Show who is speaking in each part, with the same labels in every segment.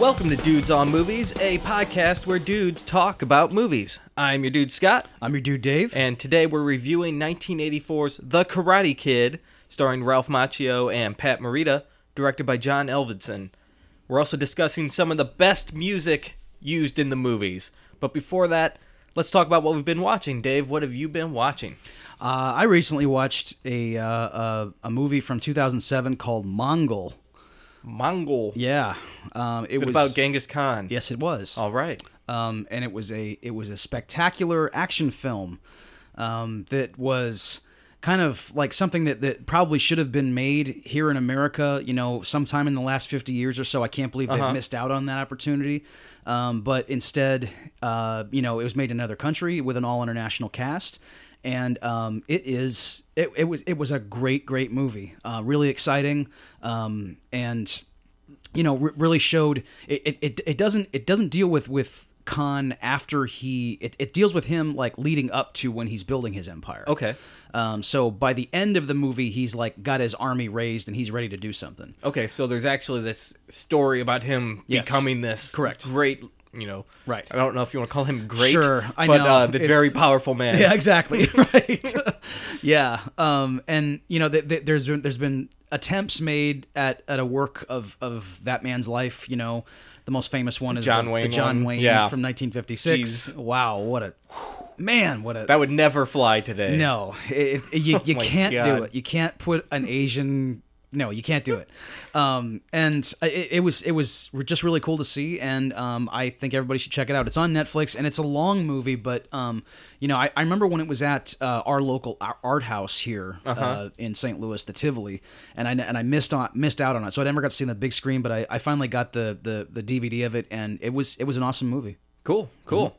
Speaker 1: Welcome to Dudes on Movies, a podcast where dudes talk about movies. I'm your dude Scott,
Speaker 2: I'm your dude, Dave.
Speaker 1: and today we're reviewing 1984's The Karate Kid, starring Ralph Macchio and Pat Morita, directed by John Elvidson. We're also discussing some of the best music used in the movies. But before that, let's talk about what we've been watching. Dave, what have you been watching?
Speaker 2: Uh, I recently watched a, uh, a a movie from 2007 called Mongol.
Speaker 1: Mongol.
Speaker 2: Yeah, um, it
Speaker 1: It's
Speaker 2: was
Speaker 1: about Genghis Khan.
Speaker 2: Yes, it was.
Speaker 1: All right.
Speaker 2: um, and it was a it was a spectacular action film um, that was kind of like something that, that probably should have been made here in America, you know, sometime in the last 50 years or so. I can't believe they missed out on that opportunity. Um, but instead, uh, you know, it was made in another country with an all international cast. And um, it is it, it was it was a great great movie, uh, really exciting, um, and you know re- really showed it, it, it it doesn't it doesn't deal with with khan after he it, it deals with him like leading up to when he's building his empire
Speaker 1: Okay.
Speaker 2: um so by the end of the movie he's like got his army raised and he's ready to do something
Speaker 1: Okay, so there's actually this story about him
Speaker 2: Yes.
Speaker 1: becoming this
Speaker 2: Correct.
Speaker 1: great, you know,
Speaker 2: Right.
Speaker 1: I don't know if you want to call him great,
Speaker 2: Sure, I
Speaker 1: but
Speaker 2: know.
Speaker 1: Uh, this very
Speaker 2: It's-
Speaker 1: powerful man.
Speaker 2: yeah exactly right yeah um and you know th- th- there's been- there's been attempts made at at a work of of that man's life you know the most famous one is
Speaker 1: John
Speaker 2: the,
Speaker 1: Wayne
Speaker 2: the john
Speaker 1: one.
Speaker 2: wayne
Speaker 1: Yeah.
Speaker 2: from 1956
Speaker 1: Jeez.
Speaker 2: wow what a man what a
Speaker 1: that would never fly today.
Speaker 2: No, it, it- you, you
Speaker 1: Oh my
Speaker 2: can't
Speaker 1: God.
Speaker 2: do it. You can't put an Asian. No, you can't do it. Um, and it, it was it was just really cool to see, and um, I think everybody should check it out. It's on Netflix, and it's a long movie, but um, you know, I, I remember when it was at uh, our local ar- art house here uh
Speaker 1: Uh-huh.
Speaker 2: in St. Louis, the Tivoli, and I and I missed on missed out on it, so I never got to see it on the big screen. But I, I finally got the, the the DVD of it, and it was it was an awesome movie.
Speaker 1: cool, cool.
Speaker 2: Mm-hmm.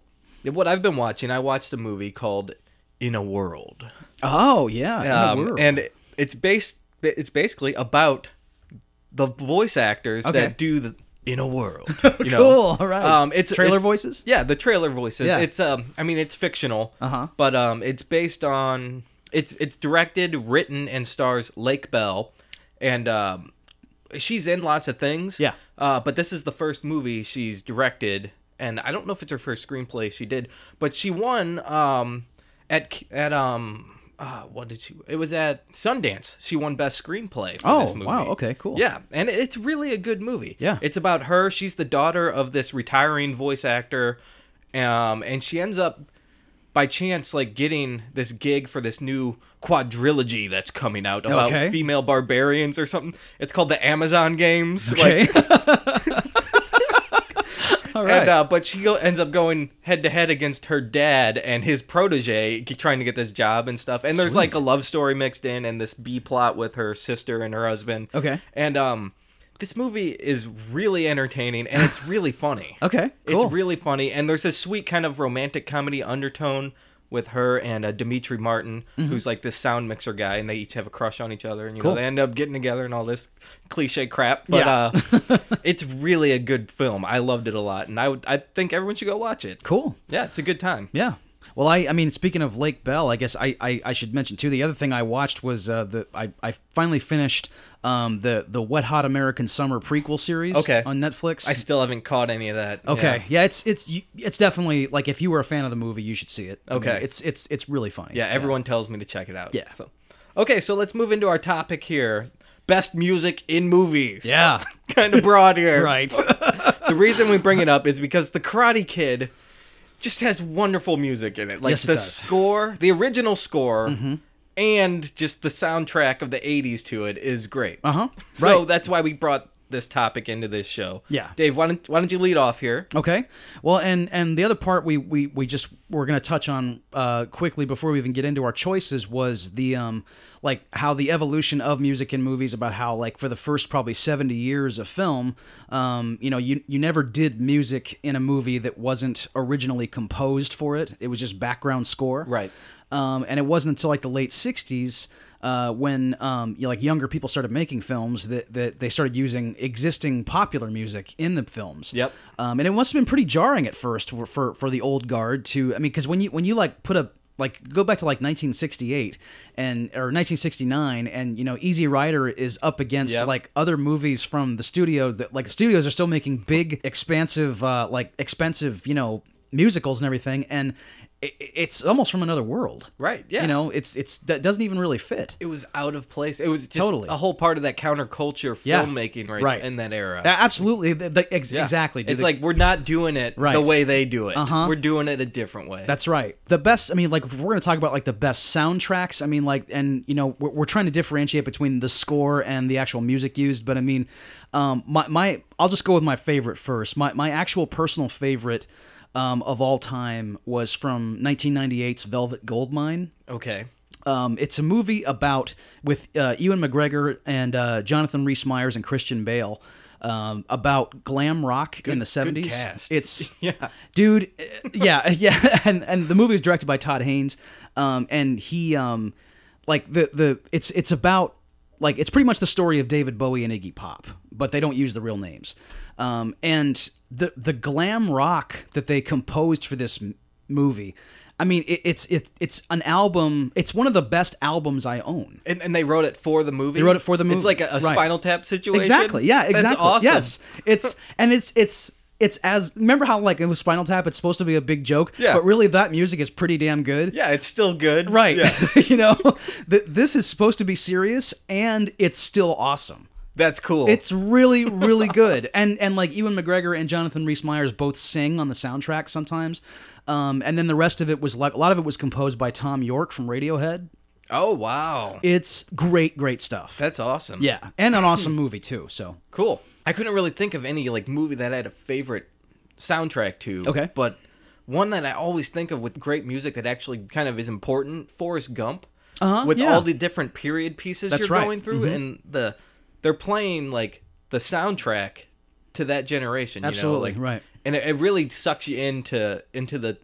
Speaker 1: Yeah, What I've been watching, I watched a movie called In a World,
Speaker 2: Oh yeah,
Speaker 1: Um, and it- it's based. It's basically about the voice actors
Speaker 2: Okay.
Speaker 1: that do the In a World. You know?
Speaker 2: cool. All right,
Speaker 1: Um, it's
Speaker 2: trailer
Speaker 1: it's-
Speaker 2: voices.
Speaker 1: Yeah, the trailer voices.
Speaker 2: Yeah.
Speaker 1: It's um, I mean, it's fictional.
Speaker 2: Uh-huh.
Speaker 1: But um, it's based on it's it's directed, written, and stars Lake Bell, and um, she's in lots of things.
Speaker 2: Yeah.
Speaker 1: Uh, but this is the first movie she's directed, and I don't know if it's her first screenplay she did, but she won um at at um. Uh, what did she? It was at Sundance. She won best screenplay. For
Speaker 2: Oh,
Speaker 1: this movie.
Speaker 2: wow, okay, cool.
Speaker 1: Yeah, and it's really a good movie.
Speaker 2: Yeah.
Speaker 1: It's about her. She's the daughter of this retiring voice actor, um, and she ends up by chance like getting this gig for this new quadrilogy that's coming out about
Speaker 2: Okay.
Speaker 1: female barbarians or something. It's called the Amazon Games. Like,
Speaker 2: All
Speaker 1: and uh, but she go- ends up going head to head against her dad and his protege, g- trying to get this job and stuff. And there's
Speaker 2: Sweet.
Speaker 1: like a love story mixed in, and this B plot with her sister and her husband.
Speaker 2: Okay.
Speaker 1: and um, this movie is really entertaining and it's really funny.
Speaker 2: okay. Cool.
Speaker 1: It's really funny, and there's this sweet kind of romantic comedy undertone with her and uh, Dimitri Martin, who's like this sound mixer guy, and they each have a crush on each other, and you know
Speaker 2: Mm-hmm. Cool.
Speaker 1: they end up getting together and all this cliche crap. But uh, it's really a good film. I loved it a lot, and I would, I think everyone should go watch it.
Speaker 2: cool.
Speaker 1: Yeah, it's a good time.
Speaker 2: Yeah. Well, I, I mean, speaking of Lake Bell, I guess I, I, I should mention too. The other thing I watched was uh, the I, I finally finished um, the the Wet Hot American Summer prequel series
Speaker 1: Okay.
Speaker 2: on Netflix.
Speaker 1: I still haven't caught any of that.
Speaker 2: okay, yeah. it's it's you- it's definitely like if you were a fan of the movie, you should see it. I mean,
Speaker 1: Okay.
Speaker 2: it's it's it's really funny.
Speaker 1: Yeah, everyone tells me to check it out.
Speaker 2: Yeah.
Speaker 1: So, okay, so let's move into our topic here: best music in movies.
Speaker 2: yeah,
Speaker 1: kind of broad here.
Speaker 2: right.
Speaker 1: the reason we bring it up is because the Karate Kid just has wonderful music in it. Like
Speaker 2: Yes, it
Speaker 1: the
Speaker 2: does. Mm-hmm.
Speaker 1: score, the original score, and just the soundtrack of the '80s to it is great.
Speaker 2: uh huh.
Speaker 1: So
Speaker 2: Right.
Speaker 1: that's why we brought this topic into this show.
Speaker 2: Yeah.
Speaker 1: Dave, why don't why don't you lead off here?
Speaker 2: Okay. Well, and and the other part we we we just we're going to touch on uh quickly before we even get into our choices was the um like how the evolution of music in movies about how like for the first probably 70 years of film um you know you you never did music in a movie that wasn't originally composed for it. It was just background score.
Speaker 1: Right.
Speaker 2: Um, and it wasn't until like the late '60s uh, when um, you know, like younger people started making films that, that they started using existing popular music in the films.
Speaker 1: Yep.
Speaker 2: Um, and it must have been pretty jarring at first for for, for the old guard to. I mean, because when you when you like put a like go back to like 1968 and or 1969 and you know easy rider is up against
Speaker 1: Yep.
Speaker 2: like other movies from the studio that like studios are still making big expansive uh like expensive you know musicals and everything and it, it's almost from another world
Speaker 1: Right, yeah.
Speaker 2: you know it's it's that doesn't even really fit
Speaker 1: It was out of place. It was just
Speaker 2: Totally.
Speaker 1: a whole part of that counterculture
Speaker 2: Yeah.
Speaker 1: filmmaking right,
Speaker 2: Right.
Speaker 1: in that era.
Speaker 2: A- absolutely the, the, ex-
Speaker 1: Yeah.
Speaker 2: exactly dude.
Speaker 1: It's like we're not doing it
Speaker 2: Right.
Speaker 1: the way they do it.
Speaker 2: Uh-huh.
Speaker 1: We're doing it a different way.
Speaker 2: That's right. The best, I mean, like, if we're going to talk about, like, the best soundtracks, I mean, like, and, you know, we're, we're trying to differentiate between the score and the actual music used, but I mean, um, my, my, I'll just go with my favorite first. My, my actual personal favorite, um, of all time was from 1998's Velvet Goldmine.
Speaker 1: okay.
Speaker 2: Um, it's a movie about with uh, Ewan McGregor and uh, Jonathan Rhys Meyers and Christian Bale um, about glam rock in the seventies.
Speaker 1: cast.
Speaker 2: It's
Speaker 1: Yeah.
Speaker 2: dude, uh, yeah, yeah, and and the movie was directed by Todd Haynes, um, and he um, like the the it's it's about like it's pretty much the story of David Bowie and Iggy Pop, but they don't use the real names, um, and the the glam rock that they composed for this m- movie. I mean, it, it's it, it's an album. It's one of the best albums I own.
Speaker 1: And, and they wrote it for the movie. They
Speaker 2: wrote it for the movie.
Speaker 1: It's like a, a
Speaker 2: Right.
Speaker 1: Spinal Tap situation.
Speaker 2: Exactly. Yeah. Exactly.
Speaker 1: That's awesome.
Speaker 2: Yes. It's and it's it's it's as remember how like it was Spinal Tap. It's supposed to be a big joke.
Speaker 1: Yeah.
Speaker 2: But really, that music is pretty damn good.
Speaker 1: Yeah, it's still good.
Speaker 2: Right.
Speaker 1: Yeah.
Speaker 2: you know, th- this is supposed to be serious, and it's still awesome.
Speaker 1: That's cool.
Speaker 2: It's really, really good. And and like Ewan McGregor and Jonathan Rhys Meyers both sing on the soundtrack sometimes. Um, and then the rest of it was like a lot of it was composed by Tom York from Radiohead.
Speaker 1: oh wow.
Speaker 2: It's great, great stuff.
Speaker 1: That's awesome.
Speaker 2: yeah, and an awesome movie too. So
Speaker 1: Cool. I couldn't really think of any like movie that I had a favorite soundtrack to.
Speaker 2: Okay.
Speaker 1: But one that I always think of with great music that actually kind of is important, Forrest Gump.
Speaker 2: Uh-huh,
Speaker 1: With
Speaker 2: yeah.
Speaker 1: all the different period pieces
Speaker 2: That's
Speaker 1: you're
Speaker 2: right. Mm-hmm.
Speaker 1: going through and the they're playing like the soundtrack to that generation. you know,
Speaker 2: Absolutely,
Speaker 1: like-
Speaker 2: right.
Speaker 1: And it, it really sucks you into into the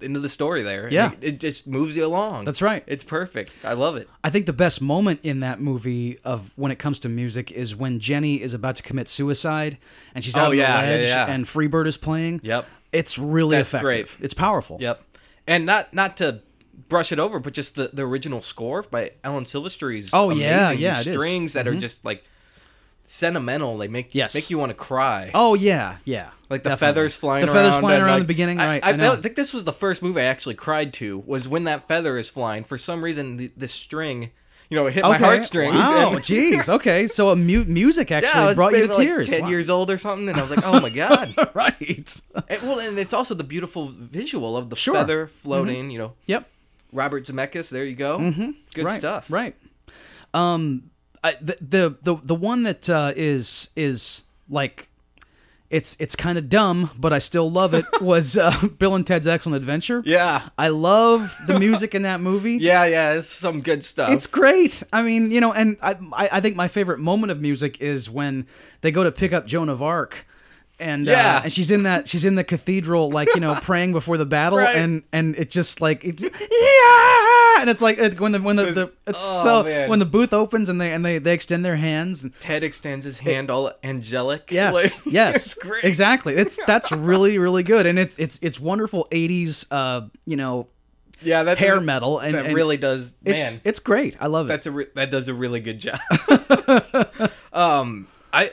Speaker 1: into the story there. And
Speaker 2: Yeah.
Speaker 1: It, it just moves you along.
Speaker 2: That's right.
Speaker 1: It's perfect. I love it.
Speaker 2: I think the best moment in that movie of when it comes to music is when Jenny is about to commit suicide and she's out
Speaker 1: Oh,
Speaker 2: on
Speaker 1: yeah,
Speaker 2: the
Speaker 1: yeah,
Speaker 2: ledge
Speaker 1: yeah.
Speaker 2: and Freebird is playing.
Speaker 1: Yep.
Speaker 2: It's really
Speaker 1: That's
Speaker 2: effective.
Speaker 1: great.
Speaker 2: It's powerful.
Speaker 1: Yep. And not not to brush it over, but just the, the original score by Alan Silvestri is
Speaker 2: Oh, yeah,
Speaker 1: amazing.
Speaker 2: yeah,
Speaker 1: These
Speaker 2: it is. Mm-hmm.
Speaker 1: strings that are just like sentimental. They make
Speaker 2: Yes.
Speaker 1: make you want to cry.
Speaker 2: Oh yeah, yeah.
Speaker 1: like the
Speaker 2: Definitely.
Speaker 1: feathers flying.
Speaker 2: The feathers
Speaker 1: around
Speaker 2: flying
Speaker 1: and,
Speaker 2: around in
Speaker 1: like,
Speaker 2: the beginning,
Speaker 1: I-
Speaker 2: right?
Speaker 1: I,
Speaker 2: I know.
Speaker 1: felt- think this was the first movie I actually cried to was when that feather is flying. For some reason, the, the string, you know, it hit my heartstrings.
Speaker 2: Wow,
Speaker 1: and-
Speaker 2: jeez. Okay, so a mu- music
Speaker 1: Yeah, I
Speaker 2: actually
Speaker 1: was
Speaker 2: brought you to
Speaker 1: maybe, like,
Speaker 2: tears.
Speaker 1: Ten
Speaker 2: Wow.
Speaker 1: years old or something, and I was like, "Oh my god!"
Speaker 2: right.
Speaker 1: And- well, and it's also the beautiful visual of the
Speaker 2: Sure. Mm-hmm.
Speaker 1: feather floating. You know,
Speaker 2: Yep.
Speaker 1: Robert Zemeckis. There you go. Mm-hmm. Good
Speaker 2: right,
Speaker 1: stuff.
Speaker 2: Right. Um, I, the, the the the one that uh, is is like. It's it's kind of dumb, but I still love it. Was uh, Bill and Ted's Excellent Adventure?
Speaker 1: Yeah.
Speaker 2: I love the music in that movie.
Speaker 1: Yeah, yeah, it's some good stuff.
Speaker 2: It's great. I mean, you know, and I, I I think my favorite moment of music is when they go to pick up Joan of Arc, and
Speaker 1: Yeah.
Speaker 2: uh, and she's in that she's in the cathedral, like you know, praying before the battle,
Speaker 1: Right.
Speaker 2: and and it just like it's yeah, and it's like it, when the when the, the it's
Speaker 1: oh,
Speaker 2: so
Speaker 1: man.
Speaker 2: when the booth opens and they and they they extend their hands. And,
Speaker 1: Ted extends his hand all angelic.
Speaker 2: Yes,
Speaker 1: like-
Speaker 2: yes,
Speaker 1: It's great.
Speaker 2: exactly. It's that's really really good, and it's it's it's wonderful '80s, uh, you know,
Speaker 1: Yeah, that
Speaker 2: hair metal, and,
Speaker 1: That
Speaker 2: and
Speaker 1: really does.
Speaker 2: it's
Speaker 1: Man,
Speaker 2: it's great. I love it.
Speaker 1: that's a re- that does a really good job. um, I.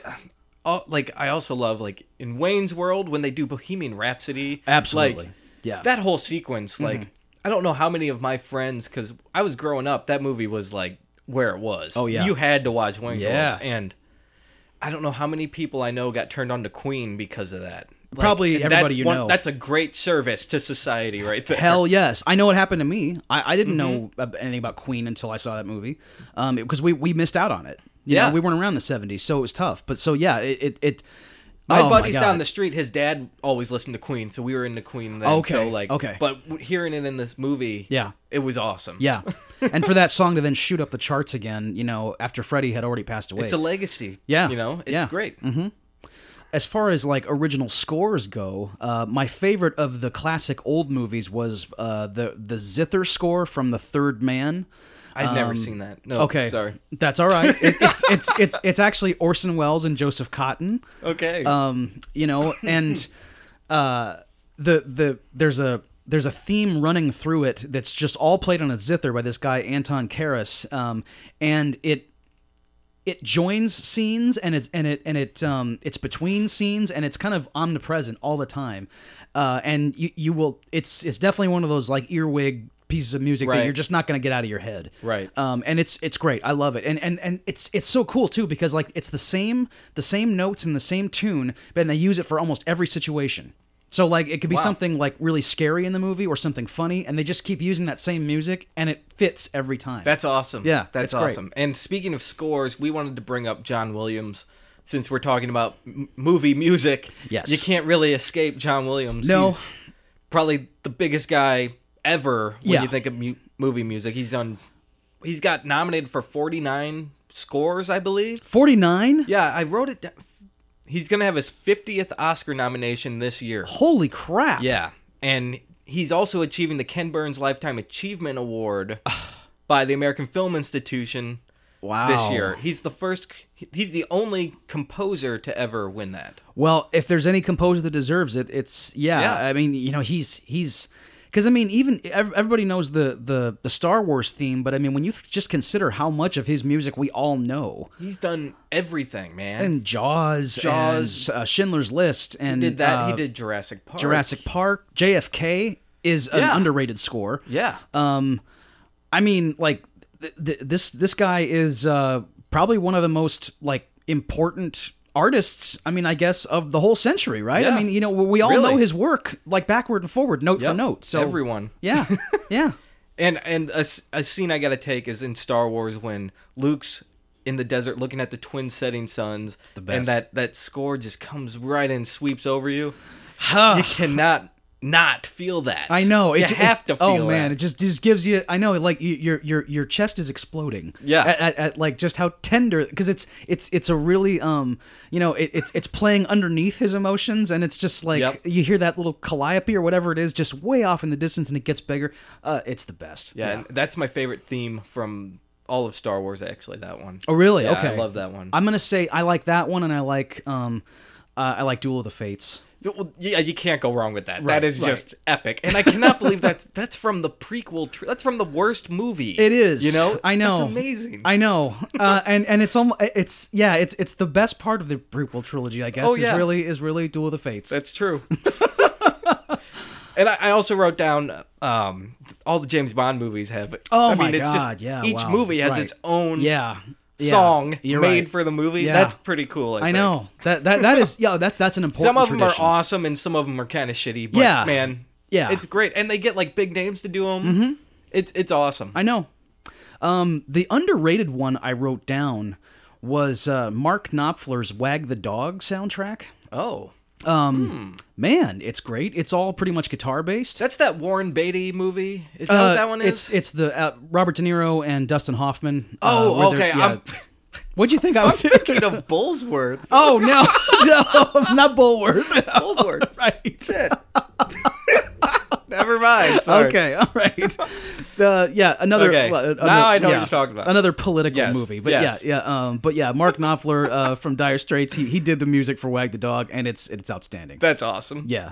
Speaker 1: al- like I also love like in Wayne's World when they do Bohemian Rhapsody.
Speaker 2: Absolutely.
Speaker 1: like,
Speaker 2: Yeah. Mm-hmm.
Speaker 1: that whole sequence. Like I don't know how many of my friends because I was growing up. That movie was like where it was. Oh
Speaker 2: yeah.
Speaker 1: you had to watch Wayne's
Speaker 2: Yeah.
Speaker 1: World, and I don't know how many people I know got turned on to Queen because of that. Like,
Speaker 2: Probably
Speaker 1: that's
Speaker 2: everybody you
Speaker 1: one-
Speaker 2: know.
Speaker 1: That's a great service to society, right Mm-hmm. there.
Speaker 2: Hell yes, I know what happened to me. I, I didn't know ab- anything about Queen until I saw that movie, um, because we we missed out on it. You
Speaker 1: Yeah.
Speaker 2: know, we weren't around the '70s, so it was tough. But so yeah, it it. it
Speaker 1: My
Speaker 2: oh
Speaker 1: buddy's
Speaker 2: God.
Speaker 1: down the street. His dad always listened to Queen, so we were into Queen then.
Speaker 2: Okay,
Speaker 1: so like,
Speaker 2: okay.
Speaker 1: But w- hearing it in this movie,
Speaker 2: Yeah.
Speaker 1: it was awesome.
Speaker 2: Yeah, and for that song to then shoot up the charts again, you know, after Freddie had already passed away.
Speaker 1: it's a legacy.
Speaker 2: Yeah,
Speaker 1: you know, it's
Speaker 2: yeah. Mm-hmm.
Speaker 1: great.
Speaker 2: as far as like original scores go, uh, my favorite of the classic old movies was uh, the the zither score from The Third Man.
Speaker 1: I've never seen that. No,
Speaker 2: Um, Okay,
Speaker 1: sorry.
Speaker 2: that's all right. It, it's, it's it's it's actually Orson Welles and Joseph Cotton.
Speaker 1: Okay,
Speaker 2: um, you know, and uh, the the there's a there's a theme running through it that's just all played on a zither by this guy Anton Karas, um, and it it joins scenes and it's and it and it um it's between scenes and it's kind of omnipresent all the time uh and you you will it's it's definitely one of those like earwig pieces of music
Speaker 1: Right.
Speaker 2: that you're just not going to get out of your head
Speaker 1: Right.
Speaker 2: um and it's it's great i love it and and and it's it's so cool too because like it's the same the same notes and the same tune but they use it for almost every situation so like it could be something like really scary in the movie or something funny and they just keep using that same music and it fits every time
Speaker 1: That's awesome.
Speaker 2: Yeah,
Speaker 1: that's
Speaker 2: it's great.
Speaker 1: awesome. And speaking of scores, we wanted to bring up John Williams since we're talking about m- movie music.
Speaker 2: Yes.
Speaker 1: you can't really escape John Williams.
Speaker 2: No.
Speaker 1: He's probably the biggest guy ever when
Speaker 2: Yeah.
Speaker 1: you think of mu- movie music. He's done. He's got nominated for forty nine scores, I believe.
Speaker 2: 49
Speaker 1: Yeah, I wrote it down. He's gonna have his fiftieth Oscar nomination this year.
Speaker 2: holy crap
Speaker 1: Yeah, and he's also achieving the Ken Burns Lifetime Achievement Award by the American Film Institution
Speaker 2: wow
Speaker 1: this year. He's the first. He's the only composer to ever win that.
Speaker 2: Well, if there's any composer that deserves it, it's yeah.
Speaker 1: Yeah.
Speaker 2: I mean, you know, he's he's because I mean, even ev- everybody knows the the the Star Wars theme, but I mean, when you just consider how much of his music we all know,
Speaker 1: He's done everything, man.
Speaker 2: and Jaws,
Speaker 1: Jaws.
Speaker 2: and, uh, Schindler's List, and
Speaker 1: he did that. he
Speaker 2: uh,
Speaker 1: did Jurassic Park.
Speaker 2: Jurassic Park, JFK is an
Speaker 1: Yeah.
Speaker 2: underrated score.
Speaker 1: Yeah.
Speaker 2: uh, I mean, like th- th- this this guy is uh, probably one of the most like important artists. I mean, I guess of the whole century, right?
Speaker 1: Yeah.
Speaker 2: I mean, you know, we all
Speaker 1: Really.
Speaker 2: know his work like backward and forward, note
Speaker 1: Yep.
Speaker 2: for note. So
Speaker 1: everyone.
Speaker 2: yeah, yeah,
Speaker 1: And and a, s- a scene I gotta take is in Star Wars when Luke's in the desert looking at the twin setting suns,
Speaker 2: the
Speaker 1: and
Speaker 2: best.
Speaker 1: that that score just comes right in, sweeps over you. you cannot not feel that.
Speaker 2: I know.
Speaker 1: You
Speaker 2: ju-
Speaker 1: have to feel.
Speaker 2: Oh man,
Speaker 1: that.
Speaker 2: it just just gives you. I know, like you, your your your chest is exploding.
Speaker 1: Yeah.
Speaker 2: At, at, at, like just how tender because it's it's it's a really um you know it, it's it's playing underneath his emotions and it's just like
Speaker 1: Yep.
Speaker 2: you hear that little calliope or whatever it is just way off in the distance and it gets bigger. Uh, it's the best.
Speaker 1: yeah, and that's my favorite theme from all of Star Wars. Actually, that one.
Speaker 2: Oh really?
Speaker 1: Yeah,
Speaker 2: okay.
Speaker 1: I love that one.
Speaker 2: I'm gonna say I like that one and I like um uh, I like Duel of the Fates.
Speaker 1: Well, yeah, you can't go wrong with that.
Speaker 2: Right,
Speaker 1: that is
Speaker 2: right.
Speaker 1: just epic, and I cannot believe that's that's from the prequel. Tr- that's from the worst movie.
Speaker 2: It is.
Speaker 1: You know,
Speaker 2: I know.
Speaker 1: That's amazing.
Speaker 2: I know. Uh, and and it's almost it's yeah. It's it's the best part of the prequel trilogy. I guess
Speaker 1: Oh, yeah.
Speaker 2: is really is really Duel of the Fates.
Speaker 1: That's true. and I, I also wrote down um, all the James Bond movies have.
Speaker 2: oh
Speaker 1: I mean,
Speaker 2: my
Speaker 1: it's
Speaker 2: god!
Speaker 1: Just,
Speaker 2: yeah.
Speaker 1: Each
Speaker 2: wow.
Speaker 1: movie has
Speaker 2: Right.
Speaker 1: its own
Speaker 2: yeah. Yeah.
Speaker 1: song
Speaker 2: You're
Speaker 1: made
Speaker 2: right.
Speaker 1: for the movie.
Speaker 2: Yeah.
Speaker 1: That's pretty cool. I,
Speaker 2: I
Speaker 1: think.
Speaker 2: know that that that is yeah. That that's an important.
Speaker 1: Some of them
Speaker 2: tradition.
Speaker 1: are awesome, and some of them are kind of shitty. But
Speaker 2: Yeah.
Speaker 1: man,
Speaker 2: Yeah. Mm-hmm.
Speaker 1: it's great, and they get like big names to do them. It's it's awesome.
Speaker 2: I know. Um, the underrated one I wrote down was uh, Mark Knopfler's "Wag the Dog" soundtrack.
Speaker 1: oh,
Speaker 2: Um, man, it's great. It's all pretty much guitar based.
Speaker 1: that's that Warren Beatty movie. Is that what
Speaker 2: Uh,
Speaker 1: Oh, that one is?
Speaker 2: It's it's the uh, Robert De Niro and Dustin Hoffman. uh,
Speaker 1: Oh,
Speaker 2: where they're-
Speaker 1: okay, I'm-
Speaker 2: What'd you think I was?
Speaker 1: Speaking of Bullsworth,
Speaker 2: oh no, no, not Bullworth.
Speaker 1: Bullsworth.
Speaker 2: right.
Speaker 1: Never mind. Sorry.
Speaker 2: Okay. All right. Uh, yeah. Another.
Speaker 1: Okay,
Speaker 2: well,
Speaker 1: now
Speaker 2: another-
Speaker 1: I know what
Speaker 2: yeah,
Speaker 1: you're talking about.
Speaker 2: Another political
Speaker 1: Yes,
Speaker 2: movie, but
Speaker 1: yes.
Speaker 2: yeah, yeah. Um, but yeah, Mark Knopfler uh, from Dire Straits. He, he did the music for Wag the Dog, and it's it's outstanding.
Speaker 1: That's awesome.
Speaker 2: yeah.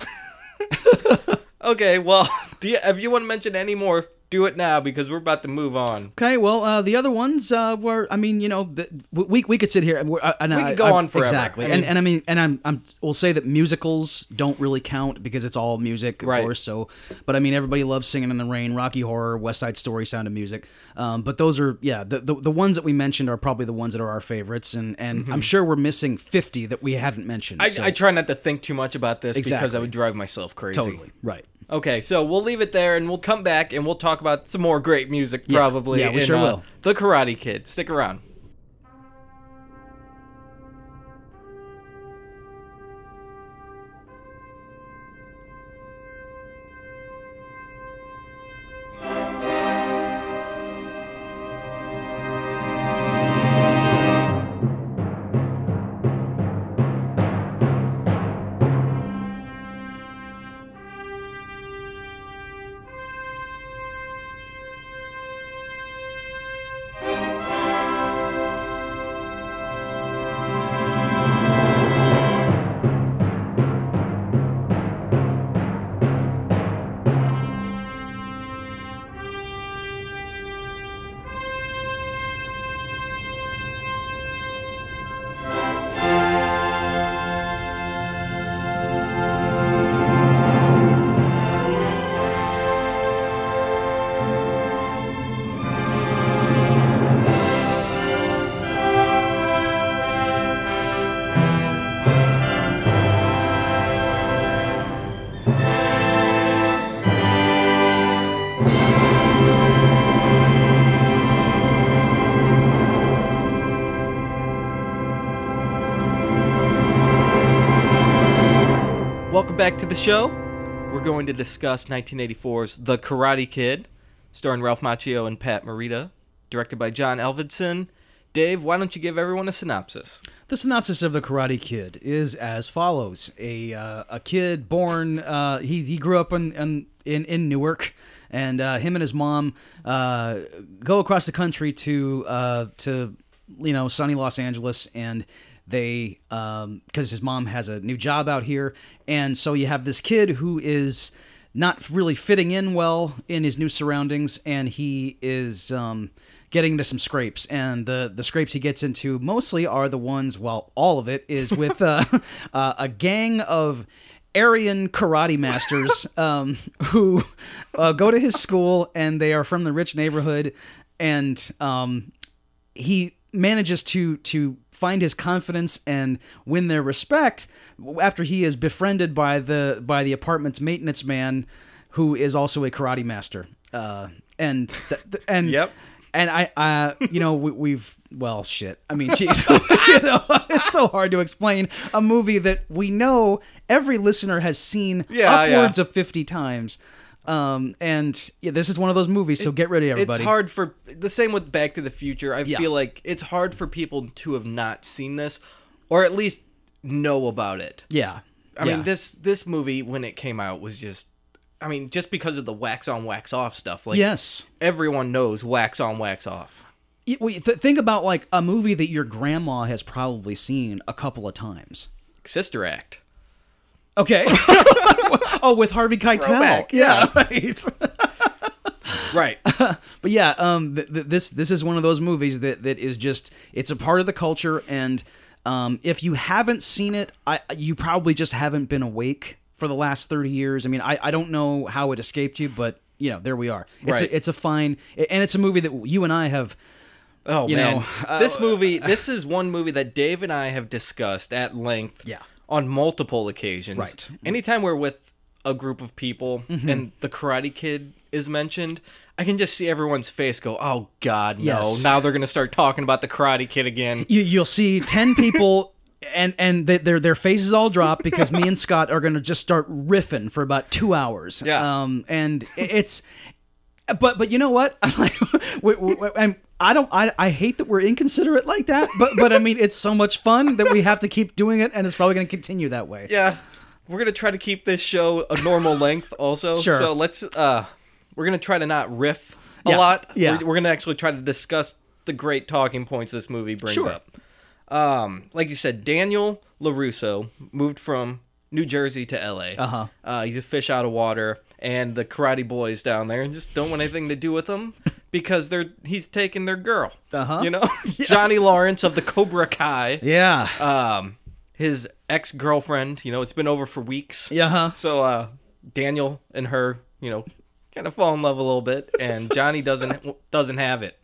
Speaker 1: Okay, well, do you, if you want to mention any more, do it now because we're about to move on.
Speaker 2: Okay, well, uh, the other ones uh, were, I mean, you know, the, we we could sit here and, we're, uh, and
Speaker 1: We
Speaker 2: I-
Speaker 1: could go
Speaker 2: I-
Speaker 1: on forever.
Speaker 2: Exactly,
Speaker 1: I
Speaker 2: and
Speaker 1: mean-
Speaker 2: and I mean, and I'm I'm we'll say that musicals don't really count because it's all music, of
Speaker 1: Right.
Speaker 2: course. So, but I mean, everybody loves Singing in the Rain, Rocky Horror, West Side Story, Sound of Music. Um, but those are yeah, the, the the ones that we mentioned are probably the ones that are our favorites, and and I'm sure we're missing 50 that we haven't mentioned.
Speaker 1: Mm-hmm. I,
Speaker 2: so-
Speaker 1: I try not to think too much about this because I
Speaker 2: Exactly.
Speaker 1: would drive myself crazy.
Speaker 2: totally right.
Speaker 1: Okay, so we'll leave it there and we'll come back and we'll talk about some more great music probably.
Speaker 2: Yeah, we
Speaker 1: in,
Speaker 2: sure
Speaker 1: uh,
Speaker 2: will.
Speaker 1: The Karate Kid. Stick around. back to the show. We're going to discuss 1984's The Karate Kid, starring Ralph Macchio and Pat Morita, directed by John Elvidson. Dave, why don't you give everyone a synopsis?
Speaker 2: The synopsis of the Karate Kid is as follows: a uh, a kid born uh, he he grew up in in, in, in Newark, and uh, him and his mom uh, go across the country to uh, to you know sunny Los Angeles, and they because his mom has a new job out here, and so you have this kid who is not really fitting in well in his new surroundings, and he is um, getting into some scrapes. And the the scrapes he gets into mostly are the ones, well, all of it is with uh, uh, a gang of Aryan karate masters um, who uh, go to his school, and they are from the rich neighborhood, and um, he manages to to find his confidence and win their respect after he is befriended by the by the apartment's maintenance man who is also a karate master uh and th- th- and
Speaker 1: Yep.
Speaker 2: and I, I, you know, we, we've well, shit. I mean, geez, you know, it's so hard to explain a movie that we know every listener has seen
Speaker 1: Yeah, yeah.
Speaker 2: upwards of fifty times. Um, and yeah, this is one of those movies. So get ready, everybody.
Speaker 1: It's hard for the same with Back to the Future. I
Speaker 2: Yeah.
Speaker 1: feel like it's hard for people to have not seen this or at least know about it.
Speaker 2: Yeah,
Speaker 1: I
Speaker 2: yeah.
Speaker 1: mean this this movie when it came out was just I mean just because of the wax on wax off stuff like
Speaker 2: yes.
Speaker 1: everyone knows wax on wax off.
Speaker 2: Y- well, you th- think about like a movie that your grandma has probably seen a couple of times.
Speaker 1: Sister Act.
Speaker 2: Okay. oh, with Harvey Keitel.
Speaker 1: Throwback,
Speaker 2: yeah. Right.
Speaker 1: Right.
Speaker 2: But yeah, um, th- th- this this is one of those movies that that is just it's a part of the culture, and um, if you haven't seen it, I you probably just haven't been awake for the last thirty years. I mean, I, I don't know how it escaped you, but you know, there we are. It's
Speaker 1: Right.
Speaker 2: a, it's a fine, and it's a movie that you and I have.
Speaker 1: Oh
Speaker 2: You
Speaker 1: man,
Speaker 2: know, uh,
Speaker 1: this movie. This is one movie that Dave and I have discussed at length.
Speaker 2: Yeah.
Speaker 1: On multiple occasions.
Speaker 2: Right. Mm-hmm.
Speaker 1: Anytime we're with a group of people and the Karate Kid is mentioned, I can just see everyone's face go, "Oh God, no!"
Speaker 2: Yes.
Speaker 1: Now they're gonna start talking about the Karate Kid again.
Speaker 2: You, you'll see ten people. And and they, their their faces all drop because me and Scott are gonna just start riffing for about two hours.
Speaker 1: Yeah.
Speaker 2: Um. And i- it's but but you know what? Like, we, we, we- I'm, I don't. I, I hate that we're inconsiderate like that. But but I mean, it's so much fun that we have to keep doing it, and it's probably going to continue that way.
Speaker 1: Yeah. We're gonna try to keep this show a normal length, also.
Speaker 2: Sure.
Speaker 1: So let's. uh We're gonna try to not riff a
Speaker 2: Yeah,
Speaker 1: lot.
Speaker 2: yeah.
Speaker 1: We're, we're gonna actually try to discuss the great talking points this movie brings
Speaker 2: Sure.
Speaker 1: up. Um, like you said, Daniel Larusso moved from New Jersey to L.A.
Speaker 2: Uh-huh.
Speaker 1: Uh, He's a fish out of water, and the Karate Boys down there just don't want anything to do with him because they're he's taking their girl.
Speaker 2: Uh-huh.
Speaker 1: You know, Johnny Lawrence of the Cobra Kai
Speaker 2: Yeah.
Speaker 1: um his ex-girlfriend you know it's been over for weeks
Speaker 2: Yeah, huh?
Speaker 1: so uh daniel and her you know kind of fall in love a little bit and johnny doesn't doesn't have it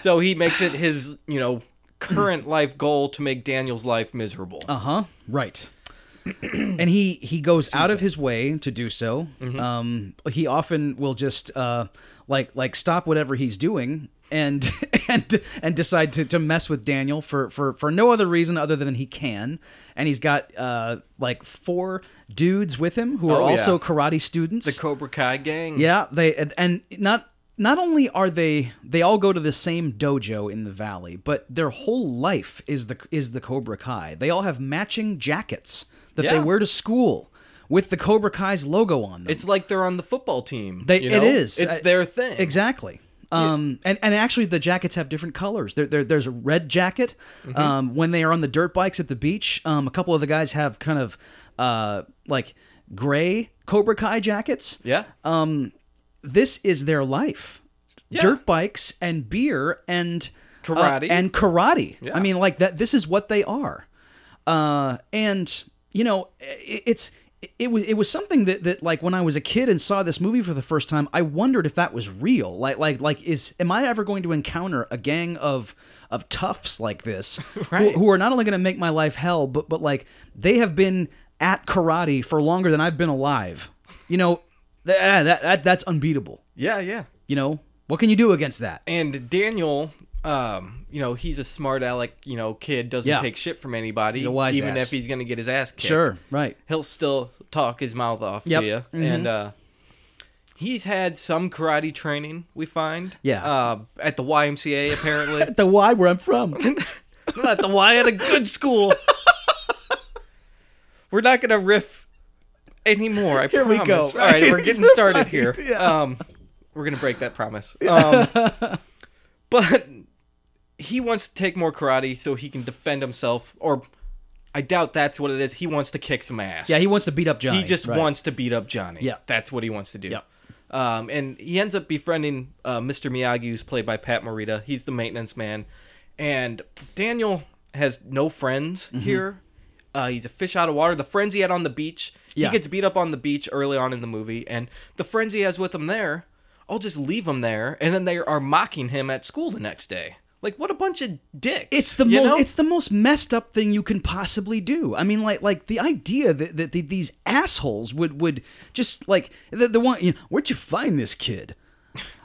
Speaker 1: so he makes it his you know current life goal to make daniel's life miserable
Speaker 2: Uh huh. Right. and he he goes out of his way to do so.
Speaker 1: Mm-hmm.
Speaker 2: Um, he often will just uh, like like stop whatever he's doing and and and decide to, to mess with Daniel for, for for no other reason other than he can. And he's got uh, like four dudes with him who are
Speaker 1: Oh, yeah.
Speaker 2: also karate students.
Speaker 1: the cobra kai gang
Speaker 2: Yeah, they and- and not not only are they they all go to the same dojo in the valley, but their whole life is the is the Cobra Kai. They all have matching jackets that they
Speaker 1: Yeah.
Speaker 2: wear to school with the Cobra Kai's logo on them.
Speaker 1: it's like they're on the football team
Speaker 2: They-
Speaker 1: you
Speaker 2: it
Speaker 1: know?
Speaker 2: is.
Speaker 1: it's
Speaker 2: I-
Speaker 1: their thing
Speaker 2: Exactly. Um, and, and actually, the jackets have different colors. There, there, there's a red jacket. Um, when they are on the dirt bikes at the beach, um, a couple of the guys have kind of uh, like gray Cobra Kai jackets.
Speaker 1: yeah
Speaker 2: this is their life dirt bikes and beer and uh,
Speaker 1: Karate.
Speaker 2: and karate
Speaker 1: Yeah.
Speaker 2: i mean like that this is what they are uh and you know i it's it was it was something that, that like when I was a kid and saw this movie for the first time, I wondered if that was real. Like like like is am I ever going to encounter a gang of of toughs like this
Speaker 1: Right.
Speaker 2: who, who are not only going to make my life hell, but but like they have been at karate for longer than I've been alive. You know, th- that, that that's unbeatable
Speaker 1: yeah yeah
Speaker 2: you know what can you do against that
Speaker 1: and Daniel, uh, um, you know, he's a smart aleck, you know, kid doesn't
Speaker 2: Yeah.
Speaker 1: take shit from anybody,
Speaker 2: a wise
Speaker 1: even
Speaker 2: ass.
Speaker 1: if he's gonna get his ass kicked.
Speaker 2: Sure, right.
Speaker 1: he'll still talk his mouth off
Speaker 2: Yep. Mm-hmm.
Speaker 1: to you. And uh, he's had some karate training, we find.
Speaker 2: Yeah.
Speaker 1: Uh, at the YMCA, apparently.
Speaker 2: The Y where I'm from.
Speaker 1: Not the Y, at a good school. We're not going to riff anymore, I
Speaker 2: Here we
Speaker 1: promise.
Speaker 2: go.
Speaker 1: All right, we're
Speaker 2: Right.
Speaker 1: getting started here.
Speaker 2: Right, yeah.
Speaker 1: Um, we're going to break that promise. Um, but he wants to take more karate so he can defend himself, or I doubt that's what it is. He wants to kick some ass.
Speaker 2: yeah, he wants to beat up Johnny.
Speaker 1: He just
Speaker 2: right.
Speaker 1: wants to beat up Johnny.
Speaker 2: Yeah.
Speaker 1: that's what he wants to do.
Speaker 2: Yep.
Speaker 1: Um, and he ends up befriending uh, Mr. Miyagi, who's played by Pat Morita. He's the maintenance man, and Daniel has no friends
Speaker 2: Mm-hmm.
Speaker 1: here. Uh, he's a fish out of water. The friends he had on the beach,
Speaker 2: Yeah.
Speaker 1: he gets beat up on the beach early on in the movie, and the friends he has with him there, I'll just leave him there, and then they are mocking him at school the next day. Like what a bunch of dicks!
Speaker 2: It's the
Speaker 1: you
Speaker 2: most.
Speaker 1: know?
Speaker 2: It's the most messed up thing you can possibly do. I mean, like, like the idea that, that, that these assholes would would just like the, the one. You know, where'd you find this kid?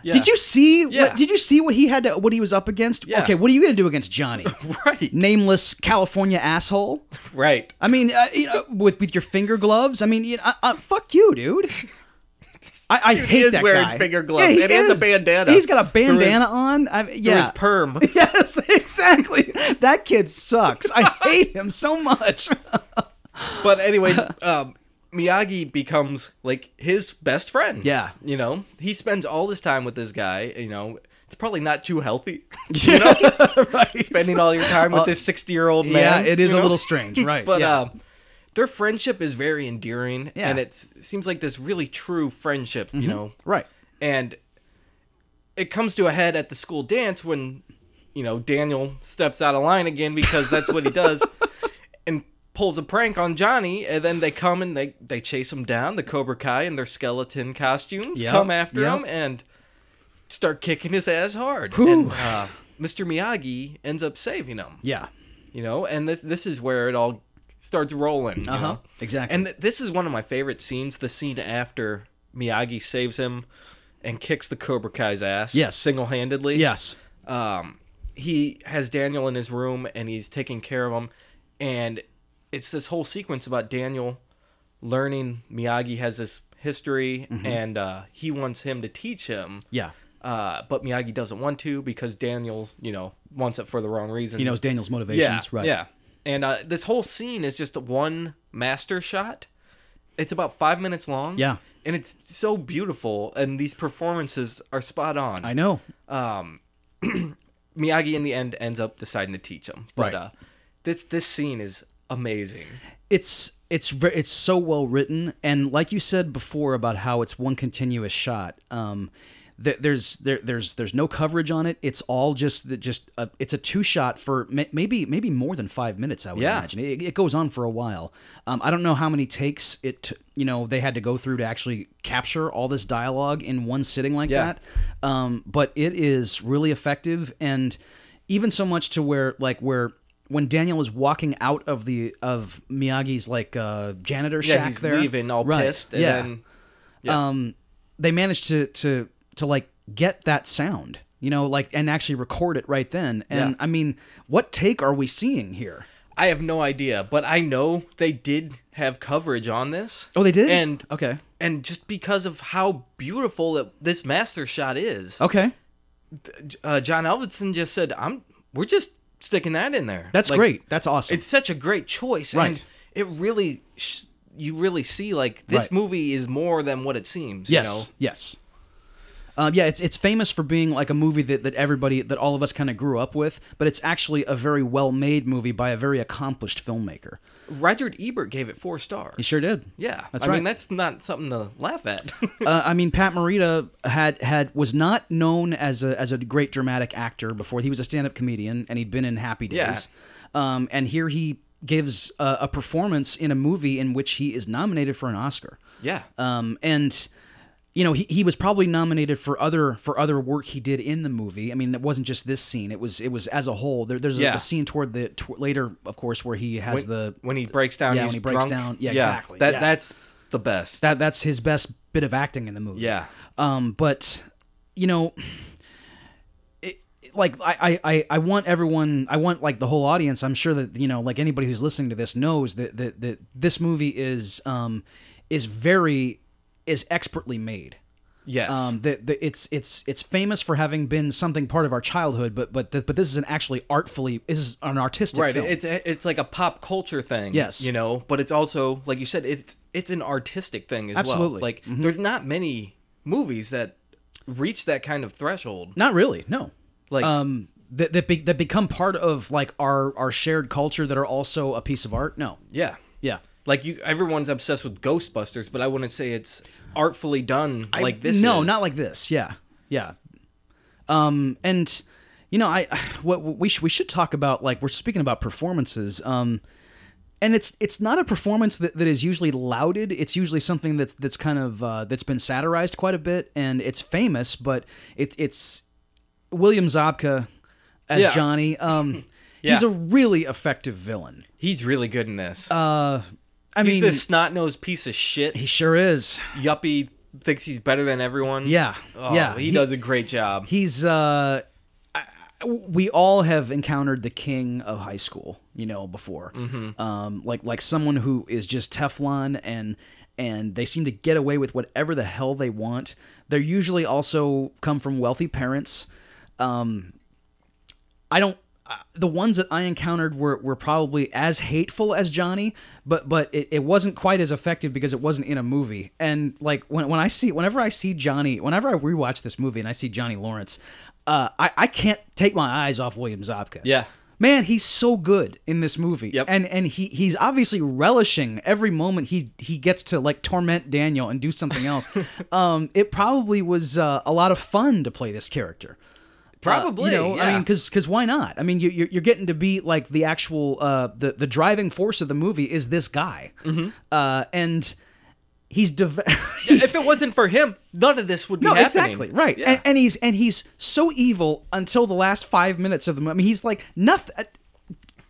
Speaker 1: Yeah.
Speaker 2: Did you see?
Speaker 1: Yeah.
Speaker 2: What, did you see what he had? To, what he was up against?
Speaker 1: Yeah.
Speaker 2: Okay, what are you gonna do against Johnny?
Speaker 1: right?
Speaker 2: Nameless California asshole.
Speaker 1: Right.
Speaker 2: I mean, uh, you know, with with your finger gloves. I mean, you know, uh, uh, fuck you, dude. I, I hate
Speaker 1: is
Speaker 2: that
Speaker 1: wearing
Speaker 2: guy.
Speaker 1: finger gloves.
Speaker 2: he
Speaker 1: It is a bandana.
Speaker 2: He's got a
Speaker 1: Through his-
Speaker 2: bandana on. I,
Speaker 1: It
Speaker 2: yeah,
Speaker 1: was perm.
Speaker 2: Yes, exactly. That kid sucks. I hate him so much.
Speaker 1: but anyway, um, Miyagi becomes like his best friend.
Speaker 2: Yeah.
Speaker 1: you know, he spends all this time with this guy. You know, it's probably not too healthy
Speaker 2: You know, right?
Speaker 1: spending all your time with
Speaker 2: Uh,
Speaker 1: this sixty-year-old
Speaker 2: yeah,
Speaker 1: man.
Speaker 2: it is
Speaker 1: you
Speaker 2: a
Speaker 1: know?
Speaker 2: little strange, right?
Speaker 1: But
Speaker 2: yeah.
Speaker 1: um, their friendship is very endearing,
Speaker 2: Yeah. Mm-hmm.
Speaker 1: and it's, it seems like this really true friendship. You know,
Speaker 2: right.
Speaker 1: and it comes to a head at the school dance when you know Daniel steps out of line again because that's what he does and pulls a prank on Johnny and then they come and they they chase him down the Cobra Kai in their skeleton costumes
Speaker 2: Yep,
Speaker 1: come after
Speaker 2: yep.
Speaker 1: him and start kicking his ass hard
Speaker 2: Whew.
Speaker 1: and uh, Mr. Miyagi ends up saving him
Speaker 2: Yeah.
Speaker 1: you know and this this is where it all starts rolling you
Speaker 2: Uh huh.
Speaker 1: know?
Speaker 2: Exactly.
Speaker 1: And th- this is one of my favorite scenes. The scene after Miyagi saves him and kicks the Cobra Kai's ass.
Speaker 2: Yes.
Speaker 1: single handedly.
Speaker 2: yes.
Speaker 1: Um, he has Daniel in his room and he's taking care of him, and it's this whole sequence about Daniel learning Miyagi has this history and uh, he wants him to teach him.
Speaker 2: Mm-hmm. Yeah.
Speaker 1: Uh, but Miyagi doesn't want to because Daniel, you know, wants it for the wrong reasons.
Speaker 2: He knows Daniel's motivations, right?
Speaker 1: Yeah. And uh, this whole scene is just one master shot. It's about five minutes long.
Speaker 2: Yeah.
Speaker 1: And it's so beautiful, and these performances are spot on.
Speaker 2: I know.
Speaker 1: Um, Miyagi in the end ends up deciding to teach him, but
Speaker 2: Right.
Speaker 1: uh, this this scene is amazing.
Speaker 2: it's it's ve- it's so well written and like you said before about how it's one continuous shot um th- there's there, there's there's no coverage on it it's all just the- just a, it's a two shot for ma- maybe maybe more than 5 minutes i would
Speaker 1: Yeah.
Speaker 2: imagine it, it goes on for a while um i don't know how many takes it t- you know they had to go through to actually capture all this dialogue in one sitting like
Speaker 1: Yeah.
Speaker 2: that um but it is really effective and even so much to where like where when Daniel is walking out of the of Miyagi's like uh janitor shack
Speaker 1: Yeah, he's
Speaker 2: there
Speaker 1: leaving all
Speaker 2: Right,
Speaker 1: pissed, and
Speaker 2: yeah
Speaker 1: then
Speaker 2: um they managed to to to like get that sound you know like and actually record it right then and
Speaker 1: Yeah.
Speaker 2: I mean what take are we seeing here
Speaker 1: I have no idea, but I know they did have coverage on this.
Speaker 2: oh they did
Speaker 1: And
Speaker 2: okay
Speaker 1: and just because of how beautiful it, this master shot is,
Speaker 2: okay
Speaker 1: uh, John Alvinson just said, "I'm we're just sticking that in there."
Speaker 2: that's
Speaker 1: Like,
Speaker 2: great that's awesome
Speaker 1: It's such a great choice, and
Speaker 2: Right.
Speaker 1: it really sh- you really see like this
Speaker 2: Right.
Speaker 1: movie is more than what it seems.
Speaker 2: Yes.
Speaker 1: You know?
Speaker 2: Yes. Um, yeah, it's it's famous for being like a movie that, that everybody that all of us kind of grew up with, but it's actually a very well made movie by a very accomplished filmmaker.
Speaker 1: Roger Ebert gave it four stars.
Speaker 2: He sure did.
Speaker 1: Yeah,
Speaker 2: That's
Speaker 1: I mean
Speaker 2: right.
Speaker 1: that's not something to laugh at.
Speaker 2: uh, I mean, Pat Morita had had was not known as a as a great dramatic actor before. He was a stand up comedian, and he'd been in Happy Days.
Speaker 1: Yeah.
Speaker 2: Um, and here he gives a, a performance in a movie in which he is nominated for an Oscar.
Speaker 1: yeah,
Speaker 2: um, and you know he, he was probably nominated for other for other work he did in the movie i mean it wasn't just this scene it was it was as a whole there, there's a-
Speaker 1: Yeah.
Speaker 2: a, scene toward the tw- later of course where he has the
Speaker 1: when he breaks down,
Speaker 2: yeah,
Speaker 1: he's
Speaker 2: when he breaks
Speaker 1: drunk.
Speaker 2: down. Yeah, exactly.
Speaker 1: That
Speaker 2: Yeah.
Speaker 1: that's the best.
Speaker 2: that that's his best Um, bit of acting in the movie
Speaker 1: yeah,
Speaker 2: um but you know it, like I, I- I, I want everyone I want like the whole audience I'm sure that you know like anybody who's listening to this knows that that, that this movie is um is very is expertly made
Speaker 1: Yes.
Speaker 2: um that that it's it's it's famous for having been something part of our childhood but but th- but this is an actually artfully this is an artistic
Speaker 1: right.
Speaker 2: film.
Speaker 1: It's it's like a pop culture thing.
Speaker 2: Yes.
Speaker 1: You know, but it's also like you said, it's it's an artistic thing as
Speaker 2: Absolutely. Mm-hmm.
Speaker 1: well. Like there's not many movies that reach that kind of threshold.
Speaker 2: Not really. No.
Speaker 1: Like
Speaker 2: Um, that that, be, that become part of like our our shared culture that are also a piece of art. No.
Speaker 1: yeah.
Speaker 2: Yeah.
Speaker 1: Like you, everyone's obsessed with Ghostbusters, but I wouldn't say it's artfully done like this.
Speaker 2: No,
Speaker 1: is.
Speaker 2: not like this. Yeah. Yeah. Um, and you know, I what what we should we should talk about like we're speaking about performances. Um, and it's it's not a performance that, that is usually lauded. It's usually something that's that's kind of uh, that's been satirized quite a bit, and it's famous. But it, it's William Zabka as
Speaker 1: Yeah.
Speaker 2: Johnny. Um,
Speaker 1: Yeah.
Speaker 2: he's a really effective villain.
Speaker 1: he's really good in this.
Speaker 2: Uh, I
Speaker 1: he's
Speaker 2: mean,
Speaker 1: this snot nosed piece of shit.
Speaker 2: he sure is.
Speaker 1: Yuppie thinks he's better than everyone.
Speaker 2: Yeah,
Speaker 1: Oh,
Speaker 2: yeah.
Speaker 1: He, does a great job.
Speaker 2: He's. Uh, I- I- we all have encountered the king of high school, you know, before. Um, like like someone who is just Teflon and and they seem to get away with whatever the hell they want. They're usually also come from wealthy parents. Um, I don't. uh, The ones that I encountered were, were probably as hateful as Johnny, but but it, it wasn't quite as effective because it wasn't in a movie. And like when, when I see whenever I see Johnny, whenever I rewatch this movie and I see Johnny Lawrence, uh, I I can't take my eyes off William Zabka.
Speaker 1: Yeah.
Speaker 2: man, he's so good in this movie.
Speaker 1: Yep.
Speaker 2: and and he he's obviously relishing every moment he he gets to like torment Daniel and do something else. um, it probably was uh, a lot of fun to play this character. Uh,
Speaker 1: Probably.
Speaker 2: you know, I
Speaker 1: yeah.
Speaker 2: mean, because why not? I mean, you, you're, you're getting to be like the actual uh, the the driving force of the movie is this guy,
Speaker 1: Mm-hmm.
Speaker 2: uh, and he's, dev- he's
Speaker 1: if it wasn't for him, none of this would be
Speaker 2: no,
Speaker 1: happening.
Speaker 2: exactly right,
Speaker 1: Yeah.
Speaker 2: and, and he's and he's so evil until the last five minutes of the movie. I mean, he's like nothing.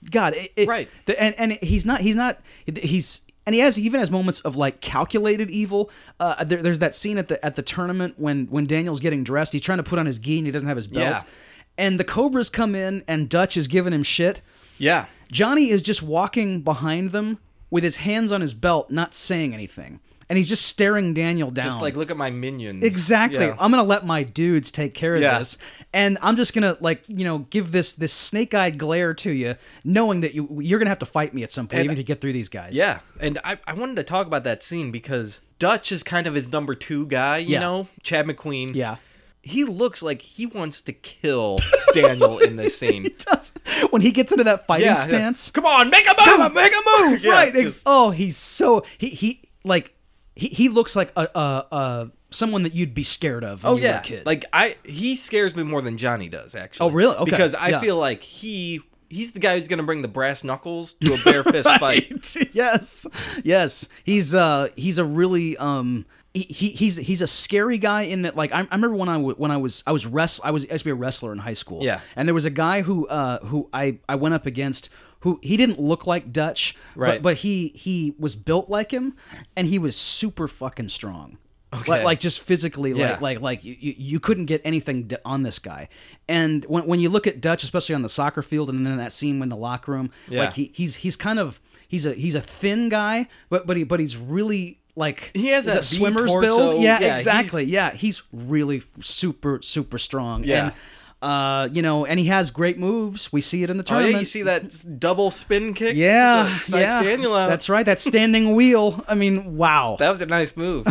Speaker 2: God, it, it-
Speaker 1: Right.
Speaker 2: The, and and he's not. He's not. He's and he has even has moments of like calculated evil. Uh, there, there's that scene at the at the tournament when when Daniel's getting dressed. He's trying to put on his gi and he doesn't have his belt.
Speaker 1: Yeah.
Speaker 2: And the Cobras come in and Dutch is giving him shit.
Speaker 1: yeah.
Speaker 2: Johnny is just walking behind them with his hands on his belt, not saying anything, and he's just staring Daniel down.
Speaker 1: Just like look at my minions.
Speaker 2: Oh. Exactly.
Speaker 1: Yeah.
Speaker 2: I'm gonna let my dudes take care of
Speaker 1: Yeah.
Speaker 2: this, and I'm just gonna like you know give this this snake eyed glare to you, knowing that you you're gonna have to fight me at some point, even to get through these guys.
Speaker 1: Yeah, and I, I wanted to talk about that scene because Dutch is kind of his number two guy, you
Speaker 2: Yeah.
Speaker 1: know, Chad McQueen.
Speaker 2: yeah.
Speaker 1: he looks like he wants to kill Daniel in this scene.
Speaker 2: He does. When he gets into that fighting
Speaker 1: Yeah, yeah.
Speaker 2: stance,
Speaker 1: Come on, make a move,
Speaker 2: make a move,
Speaker 1: Yeah,
Speaker 2: right? ex-
Speaker 1: just-
Speaker 2: oh, he's so he he like he, he looks like a a, a someone that you'd be scared of. When
Speaker 1: Oh
Speaker 2: you were
Speaker 1: yeah,
Speaker 2: a kid.
Speaker 1: like I he scares me more than Johnny does actually.
Speaker 2: Oh, really? Okay,
Speaker 1: Because I
Speaker 2: yeah.
Speaker 1: feel like he he's the guy who's gonna bring the brass knuckles to a bare fist fight.
Speaker 2: yes yes he's uh he's a really um he, he he's he's a scary guy in that like I, I remember when I wa- when I was I was wrest I was I used to be a wrestler in high school
Speaker 1: Yeah.
Speaker 2: and there was a guy who uh who I I went up against who he didn't look like Dutch but-
Speaker 1: Right.
Speaker 2: but, he he was built like him and he was super fucking strong
Speaker 1: Okay.
Speaker 2: like, like just physically
Speaker 1: Yeah.
Speaker 2: like like like you, you you couldn't get anything d- on this guy and when when you look at Dutch especially on the soccer field and then that scene in the locker room
Speaker 1: Yeah.
Speaker 2: like he, he's he's kind of he's a he's a thin guy, but but he but he's really like
Speaker 1: He has
Speaker 2: is
Speaker 1: that
Speaker 2: it
Speaker 1: V
Speaker 2: swimmer's
Speaker 1: torso.
Speaker 2: build. Yeah,
Speaker 1: Yeah,
Speaker 2: exactly. Yeah, he's really super super strong.
Speaker 1: Yeah.
Speaker 2: And, uh, you know, and he has great moves. We see it in the
Speaker 1: Oh
Speaker 2: tournament.
Speaker 1: yeah, you see that double spin kick?
Speaker 2: Yeah,
Speaker 1: That psychs
Speaker 2: yeah.
Speaker 1: Daniel out.
Speaker 2: That's right. That standing wheel. I mean, wow.
Speaker 1: That was a nice move.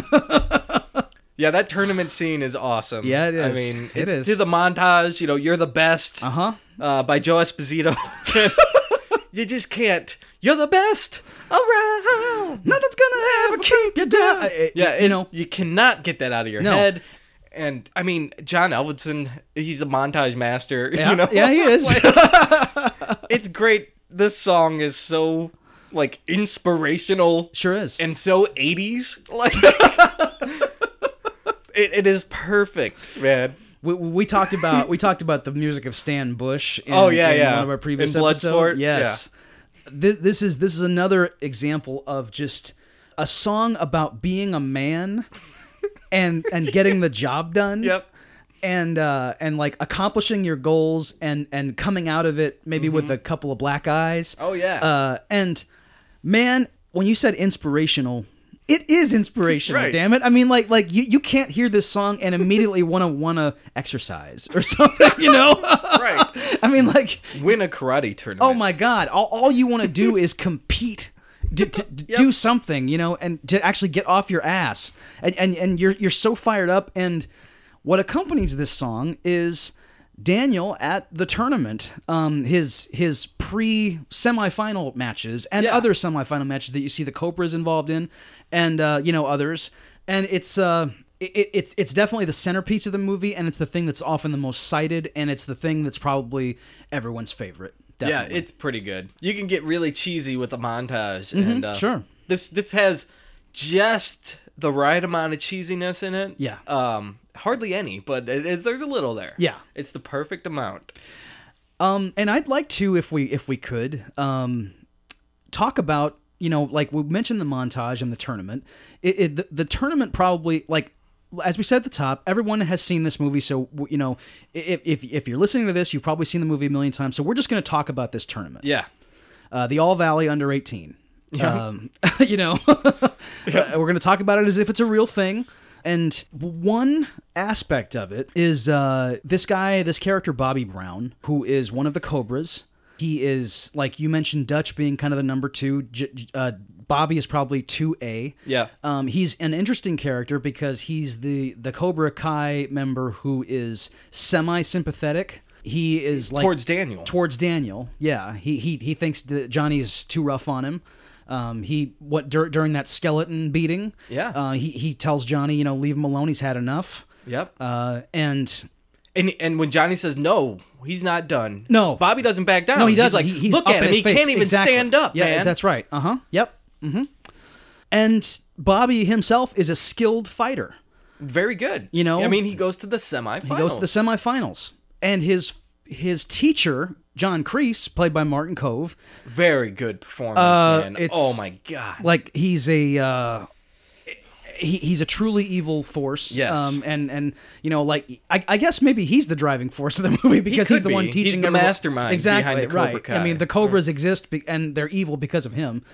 Speaker 1: yeah, that tournament scene is awesome.
Speaker 2: Yeah, it
Speaker 1: I
Speaker 2: is.
Speaker 1: mean,
Speaker 2: It
Speaker 1: it's
Speaker 2: is.
Speaker 1: to the montage. You know, you're the best.
Speaker 2: Uh-huh.
Speaker 1: Uh, by Joe Esposito. you just can't. You're the best around.
Speaker 2: Nothing's gonna ever keep you down. I- I-
Speaker 1: Yeah,
Speaker 2: you know.
Speaker 1: you cannot get that out of your
Speaker 2: No.
Speaker 1: head. And I mean, John Elvinson, he's a montage master.
Speaker 2: Yeah,
Speaker 1: you know?
Speaker 2: yeah, he is.
Speaker 1: it's great. This song is so like inspirational.
Speaker 2: sure is.
Speaker 1: and so 80s like it, it is perfect man
Speaker 2: We, we talked about we talked about the music of Stan Bush. In,
Speaker 1: Oh, yeah,
Speaker 2: in
Speaker 1: yeah.
Speaker 2: One of our previous
Speaker 1: In Bloodsport,
Speaker 2: episodes. Yes, this, this is this is another example of just a song about being a man and and getting the job done.
Speaker 1: yep
Speaker 2: and uh, and like accomplishing your goals and and coming out of it maybe with a couple of black eyes.
Speaker 1: Mm-hmm. Oh, yeah.
Speaker 2: Uh, and man, when you said inspirational, it is inspirational.
Speaker 1: Right.
Speaker 2: Damn it! I mean, like like you you can't hear this song and immediately wanna wanna exercise or something. You know?
Speaker 1: Right.
Speaker 2: I mean, like
Speaker 1: Win a karate tournament.
Speaker 2: oh my god all, all you want to do is compete to, to, to do something you know and to actually get off your ass and, and and you're you're so fired up and what accompanies this song is Daniel at the tournament, um, his his pre semifinal matches and
Speaker 1: Yeah.
Speaker 2: other semifinal matches that you see the Copras involved in, and uh, you know others, and it's uh, it, it's it's definitely the centerpiece of the movie, and it's the thing that's often the most cited, and it's the thing that's probably everyone's favorite.
Speaker 1: Yeah,
Speaker 2: Definitely.
Speaker 1: it's pretty good. You can get really cheesy with the montage, and uh,
Speaker 2: Mm-hmm, sure.
Speaker 1: this this has just the right amount of cheesiness in it.
Speaker 2: Yeah.
Speaker 1: um, hardly any, but it, it- there's a little there.
Speaker 2: Yeah.
Speaker 1: it's the perfect amount.
Speaker 2: Um, and I'd like to, if we if we could, um, talk about you know like we mentioned the montage and the tournament. It, it the, the tournament probably like as we said at the top, everyone has seen this movie, so you know if if if you're listening to this, you've probably seen the movie a million times. So we're just going to talk about this tournament,
Speaker 1: Yeah,
Speaker 2: uh, the All Valley Under 18. Um, you know, Uh, we're going to talk about it as if it's a real thing. And one aspect of it is uh, this guy, this character, Bobby Brown, who is one of the Cobras. He is, like you mentioned, Dutch being kind of the number two. J- J- uh, Bobby is probably 2A.
Speaker 1: Yeah.
Speaker 2: Um, he's an interesting character because he's the, the Cobra Kai member who is semi sympathetic. He is like
Speaker 1: towards Daniel.
Speaker 2: towards Daniel. Yeah, he he he thinks that Johnny's too rough on him. Um, he what dur- during that skeleton beating.
Speaker 1: Yeah.
Speaker 2: Uh, he he tells Johnny, you know, leave him alone. He's had enough.
Speaker 1: yep.
Speaker 2: Uh, and
Speaker 1: and and when Johnny says no, he's not done.
Speaker 2: No.
Speaker 1: Bobby doesn't back down.
Speaker 2: no, he doesn't.
Speaker 1: He's like,
Speaker 2: he, he's
Speaker 1: look
Speaker 2: up
Speaker 1: at
Speaker 2: in
Speaker 1: him.
Speaker 2: his
Speaker 1: he
Speaker 2: face.
Speaker 1: can't even
Speaker 2: Exactly.
Speaker 1: stand up.
Speaker 2: Yeah,
Speaker 1: man.
Speaker 2: that's right. Uh huh. Yep. hmm And Bobby himself is a skilled fighter.
Speaker 1: very good.
Speaker 2: You know?
Speaker 1: I mean, he goes to the semifinals.
Speaker 2: He goes to the semifinals, and his his teacher John Kreese, played by Martin Cove,
Speaker 1: very good performance,
Speaker 2: Uh,
Speaker 1: man.
Speaker 2: it's-
Speaker 1: oh my god.
Speaker 2: like he's a uh he, he's a truly evil force um,
Speaker 1: Yes.
Speaker 2: and and you know like I, I guess maybe he's the driving force of the movie because
Speaker 1: could
Speaker 2: he's the
Speaker 1: be.
Speaker 2: one
Speaker 1: He's
Speaker 2: teaching
Speaker 1: the
Speaker 2: everyone-
Speaker 1: mastermind
Speaker 2: exactly
Speaker 1: behind the Cobra
Speaker 2: right
Speaker 1: Kai.
Speaker 2: i mean the cobras exist be- and they're evil because of him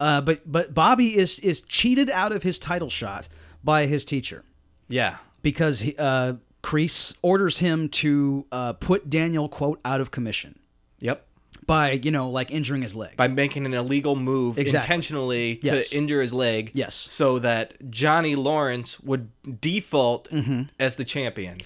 Speaker 2: uh but but bobby is is cheated out of his title shot by his teacher
Speaker 1: yeah.
Speaker 2: because he, uh crease orders him to uh put daniel quote out of commission
Speaker 1: Yep.
Speaker 2: by you know like injuring his leg
Speaker 1: by making an illegal move
Speaker 2: Exactly.
Speaker 1: intentionally
Speaker 2: Yes.
Speaker 1: to injure his leg.
Speaker 2: Yes.
Speaker 1: So that Johnny Lawrence would default
Speaker 2: Mm-hmm.
Speaker 1: as the champion.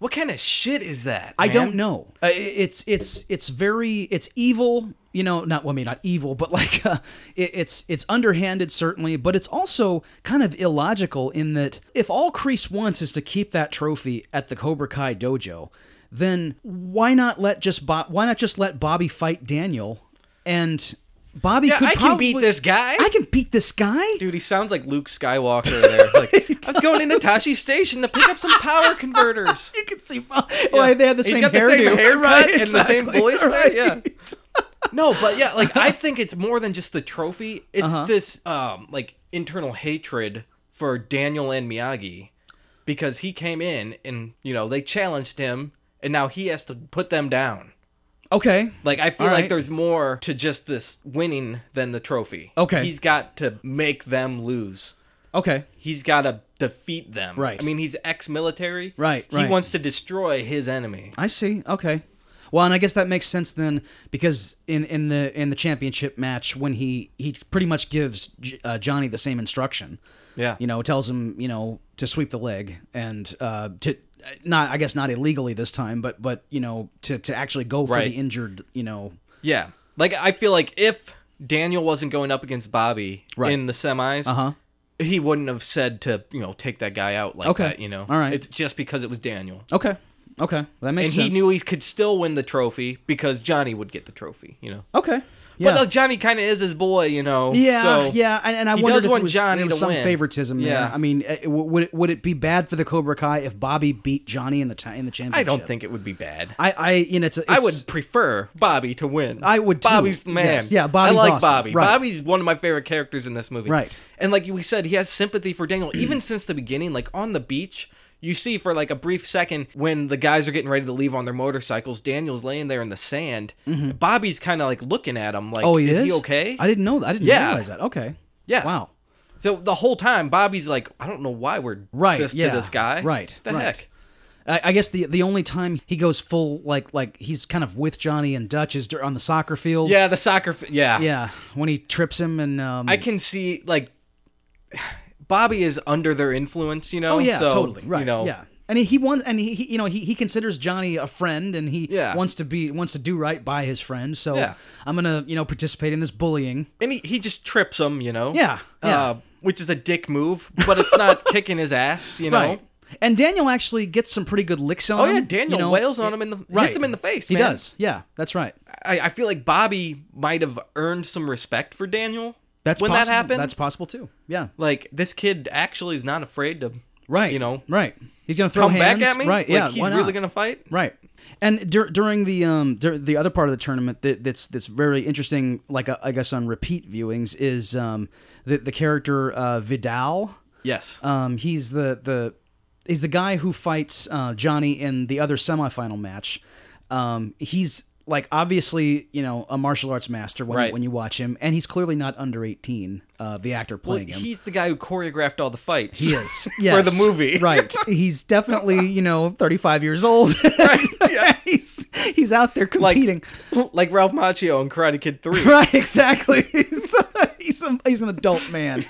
Speaker 1: What kind of shit is that?
Speaker 2: I
Speaker 1: man?
Speaker 2: don't know. Uh, i- It's it's it's very it's evil. You know, not well, I mean, not evil, but like uh, it, it's it's underhanded certainly, but it's also kind of illogical in that if all Crease wants is to keep that trophy at the Cobra Kai dojo, then why not let just Bob? Why not just let Bobby fight Daniel and Bobby?
Speaker 1: Yeah,
Speaker 2: could
Speaker 1: I can beat
Speaker 2: probably-
Speaker 1: this guy.
Speaker 2: I can beat this guy.
Speaker 1: Dude, he sounds like Luke Skywalker there. Like, I was going into Tashi Station to pick up some power converters.
Speaker 2: You can see Bob. Well, they have the
Speaker 1: He's
Speaker 2: same
Speaker 1: got the
Speaker 2: hairdo,
Speaker 1: same haircut
Speaker 2: right?
Speaker 1: and the same
Speaker 2: Exactly,
Speaker 1: voice there, yeah.
Speaker 2: right.
Speaker 1: No, but yeah, like I think it's more than just the trophy. It's
Speaker 2: Uh-huh.
Speaker 1: this um like internal hatred for Daniel and Miyagi because he came in and, you know, they challenged him and now he has to put them down.
Speaker 2: Okay.
Speaker 1: Like I feel
Speaker 2: All
Speaker 1: like
Speaker 2: right.
Speaker 1: there's more to just this winning than the trophy.
Speaker 2: Okay.
Speaker 1: He's got to make them lose.
Speaker 2: Okay.
Speaker 1: He's got to defeat them.
Speaker 2: Right.
Speaker 1: I mean, he's ex-military.
Speaker 2: Right,
Speaker 1: He
Speaker 2: right.
Speaker 1: wants to destroy his enemy.
Speaker 2: I see. Okay. Well, and I guess that makes sense then, because in, in the in the championship match, when he he pretty much gives J- uh, Johnny the same instruction,
Speaker 1: Yeah.
Speaker 2: you know, tells him you know to sweep the leg and uh, to not I guess not illegally this time, but but you know to to actually go for
Speaker 1: Right.
Speaker 2: the injured, you know,
Speaker 1: Yeah. Like I feel like if Daniel wasn't going up against Bobby
Speaker 2: Right.
Speaker 1: in the semis,
Speaker 2: uh huh,
Speaker 1: he wouldn't have said to, you know, take that guy out like
Speaker 2: Okay.
Speaker 1: that, you know.
Speaker 2: All right.
Speaker 1: It's just because it was Daniel.
Speaker 2: okay, okay, Well, that
Speaker 1: And
Speaker 2: makes
Speaker 1: he
Speaker 2: sense.
Speaker 1: knew he could still win the trophy because Johnny would get the trophy, you know.
Speaker 2: okay, yeah,
Speaker 1: But uh, Johnny kind of is his boy, you know.
Speaker 2: yeah,
Speaker 1: so,
Speaker 2: yeah, and, and I
Speaker 1: he
Speaker 2: wondered
Speaker 1: does
Speaker 2: if
Speaker 1: want
Speaker 2: it was,
Speaker 1: Johnny
Speaker 2: there was
Speaker 1: to
Speaker 2: some
Speaker 1: win.
Speaker 2: favoritism there.
Speaker 1: Yeah.
Speaker 2: I mean, uh, w- would it, would it be bad for the Cobra Kai if Bobby beat Johnny in the ti- in the championship?
Speaker 1: I don't think it would be bad.
Speaker 2: I, I, you know, it's, it's
Speaker 1: I would prefer Bobby to win.
Speaker 2: I would, too.
Speaker 1: Bobby's the man.
Speaker 2: Yes. Yeah, Bobby's
Speaker 1: I like
Speaker 2: awesome.
Speaker 1: Bobby.
Speaker 2: Right.
Speaker 1: Bobby's one of my favorite characters in this movie.
Speaker 2: Right.
Speaker 1: And like we said, he has sympathy for Daniel even since the beginning. Like on the beach, You see for like a brief second when the guys are getting ready to leave on their motorcycles, Daniel's laying there in the sand. Bobby's kind of like looking at him like,
Speaker 2: Mm-hmm. Oh, he is,
Speaker 1: he okay?
Speaker 2: I didn't know that. I didn't
Speaker 1: Yeah.
Speaker 2: realize that. Okay.
Speaker 1: yeah.
Speaker 2: Wow.
Speaker 1: So the whole time, Bobby's like, I don't know why we're
Speaker 2: Right,
Speaker 1: this
Speaker 2: yeah,
Speaker 1: to this guy.
Speaker 2: right,
Speaker 1: The
Speaker 2: right.
Speaker 1: heck.
Speaker 2: I, I guess the the only time he goes full like like he's kind of with Johnny and Dutch is dur- on the soccer field.
Speaker 1: Yeah, the soccer. F- yeah.
Speaker 2: Yeah. When he trips him and um.
Speaker 1: I can see like Bobby is under their influence. You know.
Speaker 2: oh yeah.
Speaker 1: So,
Speaker 2: totally. Right.
Speaker 1: You know.
Speaker 2: Yeah. And he, he wants, and he, he, you know, he, he considers Johnny a friend, and he
Speaker 1: Yeah.
Speaker 2: wants to be wants to do right by his friend. So
Speaker 1: Yeah.
Speaker 2: I'm gonna, you know, participate in this bullying.
Speaker 1: And he, he just trips him. You know.
Speaker 2: Yeah, yeah.
Speaker 1: Uh, which is a dick move, but it's not kicking his ass. You know.
Speaker 2: Right. And Daniel actually gets some pretty good licks on
Speaker 1: Oh
Speaker 2: him.
Speaker 1: yeah, Daniel
Speaker 2: you know?
Speaker 1: wails on him in the hits him in the face.
Speaker 2: He
Speaker 1: man.
Speaker 2: does. Yeah, that's right.
Speaker 1: I, I feel like Bobby might have earned some respect for Daniel.
Speaker 2: That's
Speaker 1: when
Speaker 2: possible.
Speaker 1: that happened.
Speaker 2: That's possible too. Yeah.
Speaker 1: like this kid actually is not afraid to.
Speaker 2: Right.
Speaker 1: You know.
Speaker 2: Right. He's gonna throw
Speaker 1: Come
Speaker 2: hands.
Speaker 1: back at me. Like,
Speaker 2: Right. yeah.
Speaker 1: He's
Speaker 2: why not?
Speaker 1: really gonna fight.
Speaker 2: Right. And dur- during the um dur- the other part of the tournament that that's that's very interesting, like uh, I guess on repeat viewings is um the the character uh, Vidal.
Speaker 1: Yes.
Speaker 2: Um, he's the the he's the guy who fights uh, Johnny in the other semifinal match. Um, he's like obviously you know a martial arts master when
Speaker 1: Right.
Speaker 2: when you watch him, and he's clearly not under eighteen. Uh, the actor playing him.
Speaker 1: He's the guy who choreographed all the fights.
Speaker 2: He is
Speaker 1: the movie.
Speaker 2: right? He's definitely you know thirty five years old. right? Yeah. he's he's out there competing.
Speaker 1: like Ralph Macchio in Karate Kid Three.
Speaker 2: right? Exactly. He's he's, a, he's an adult man.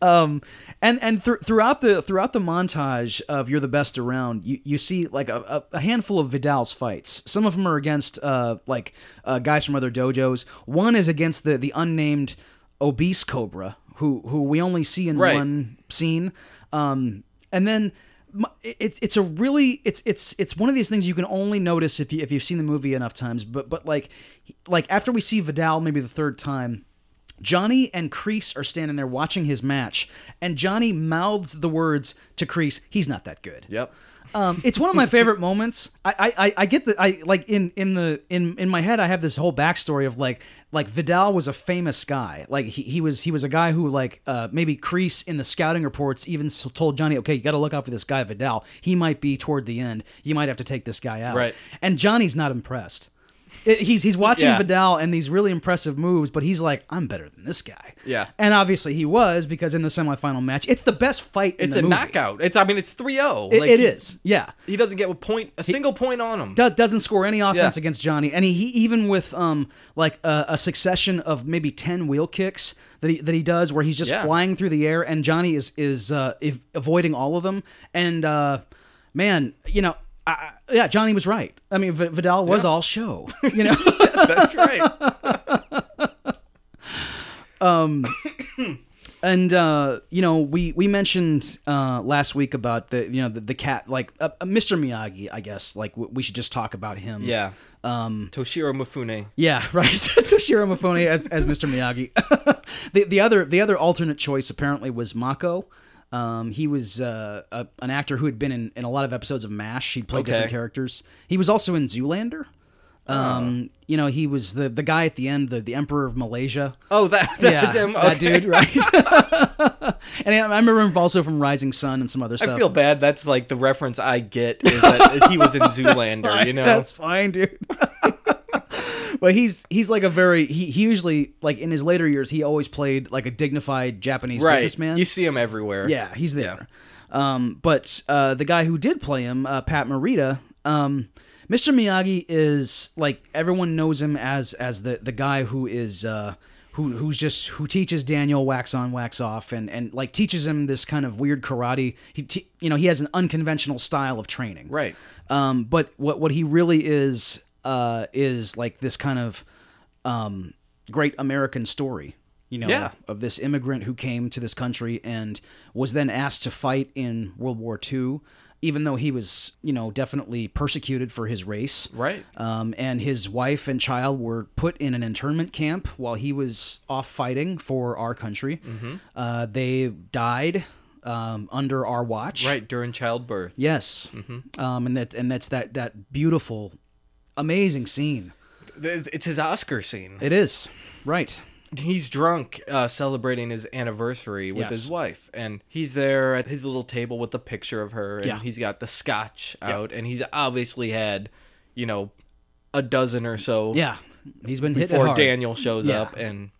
Speaker 2: Um, and and thr- throughout the throughout the montage of "You're the Best Around," you you see like a, a, a handful of Vidal's fights. Some of them are against uh like uh, guys from other dojos. One is against the the unnamed obese cobra who who we only see in
Speaker 1: Right.
Speaker 2: one scene. Um, and then. m- It's it's a really it's it's it's one of these things you can only notice if you if you've seen the movie enough times. But but like like after we see Vidal maybe the third time, Johnny and Crease are standing there watching his match, and Johnny mouths the words to Crease, "He's not that good."
Speaker 1: Yep.
Speaker 2: Um, it's one of my favorite moments. I, I, I- I get the I like in in the in in my head I have this whole backstory of like like Vidal was a famous guy. Like he, he was he was a guy who like uh, maybe Crease in the scouting reports even s- told Johnny, okay, you got to look out for this guy Vidal. He might be toward the end. You might have to take this guy out.
Speaker 1: Right.
Speaker 2: And Johnny's not impressed. It- he's he's watching
Speaker 1: Yeah.
Speaker 2: Vidal and these really impressive moves, but he's like, I'm better than this guy.
Speaker 1: Yeah.
Speaker 2: And obviously he was because in the semifinal match, it's the best fight. in
Speaker 1: It's
Speaker 2: the
Speaker 1: a
Speaker 2: movie.
Speaker 1: knockout. It's I mean it's 3-0.
Speaker 2: It-
Speaker 1: Like,
Speaker 2: it
Speaker 1: he-
Speaker 2: is. Yeah.
Speaker 1: He doesn't get a point a single point on him.
Speaker 2: Do- doesn't score any offense
Speaker 1: Yeah.
Speaker 2: against Johnny, and he, he even with um like a, a succession of maybe ten wheel kicks that he that he does, where he's just
Speaker 1: Yeah.
Speaker 2: flying through the air, and Johnny is is uh, ev- avoiding all of them. And uh, man, you know, I, I- yeah, Johnny was right. I mean, v- Vidal was all show, you know.
Speaker 1: That's right.
Speaker 2: and uh, you know, we we mentioned uh, last week about the you know the, the cat like uh, uh, Mr. Miyagi, I guess. Like w- we should just talk about him.
Speaker 1: yeah. Um Toshiro Mifune.
Speaker 2: Yeah, right. Toshiro Mifune as, as Mr. Miyagi. the the other the other alternate choice apparently was Mako. Um, he was uh, a, an actor who had been in, in a lot of episodes of MASH. He played
Speaker 1: Okay.
Speaker 2: different characters. He was also in Zoolander. Um, you know, he was the the guy at the end, the the Emperor of Malaysia.
Speaker 1: Oh, that that
Speaker 2: yeah,
Speaker 1: is him.
Speaker 2: that
Speaker 1: Okay.
Speaker 2: dude, right? and I I remember him also from Rising Sun and some other stuff.
Speaker 1: I feel bad. That's like the reference I get is that he was in Zoolander,
Speaker 2: fine.
Speaker 1: you know.
Speaker 2: That's fine, dude. but he's he's like a very he, he usually like in his later years he always played like a dignified Japanese
Speaker 1: right.
Speaker 2: businessman.
Speaker 1: You see him everywhere.
Speaker 2: yeah, he's there. Um, but uh, the guy who did play him, uh, Pat Morita, um, Mr. Miyagi is like everyone knows him as as the the guy who is. Uh, who, who's just who teaches Daniel wax on wax off and and like teaches him this kind of weird karate he te- you know he has an unconventional style of training
Speaker 1: Right.
Speaker 2: um, but what what he really is uh, is like this kind of um, great American story, you know,
Speaker 1: Yeah.
Speaker 2: of this immigrant who came to this country and was then asked to fight in World War II, even though he was you know definitely persecuted for his race,
Speaker 1: Right.
Speaker 2: Um, and his wife and child were put in an internment camp while he was off fighting for our country.
Speaker 1: Mm-hmm.
Speaker 2: Uh, they died um, under our watch,
Speaker 1: Right during childbirth.
Speaker 2: Yes.
Speaker 1: Mm-hmm.
Speaker 2: Um, and that and that's that that beautiful, amazing scene.
Speaker 1: Th- It's his Oscar scene.
Speaker 2: It is right.
Speaker 1: he's drunk uh, celebrating his anniversary with
Speaker 2: Yes.
Speaker 1: his wife and he's there at his little table with the picture of her and
Speaker 2: Yeah.
Speaker 1: he's got the scotch out and he's obviously had you know a dozen or so
Speaker 2: Yeah, he's been hit
Speaker 1: before
Speaker 2: hard.
Speaker 1: daniel shows
Speaker 2: Yeah.
Speaker 1: up and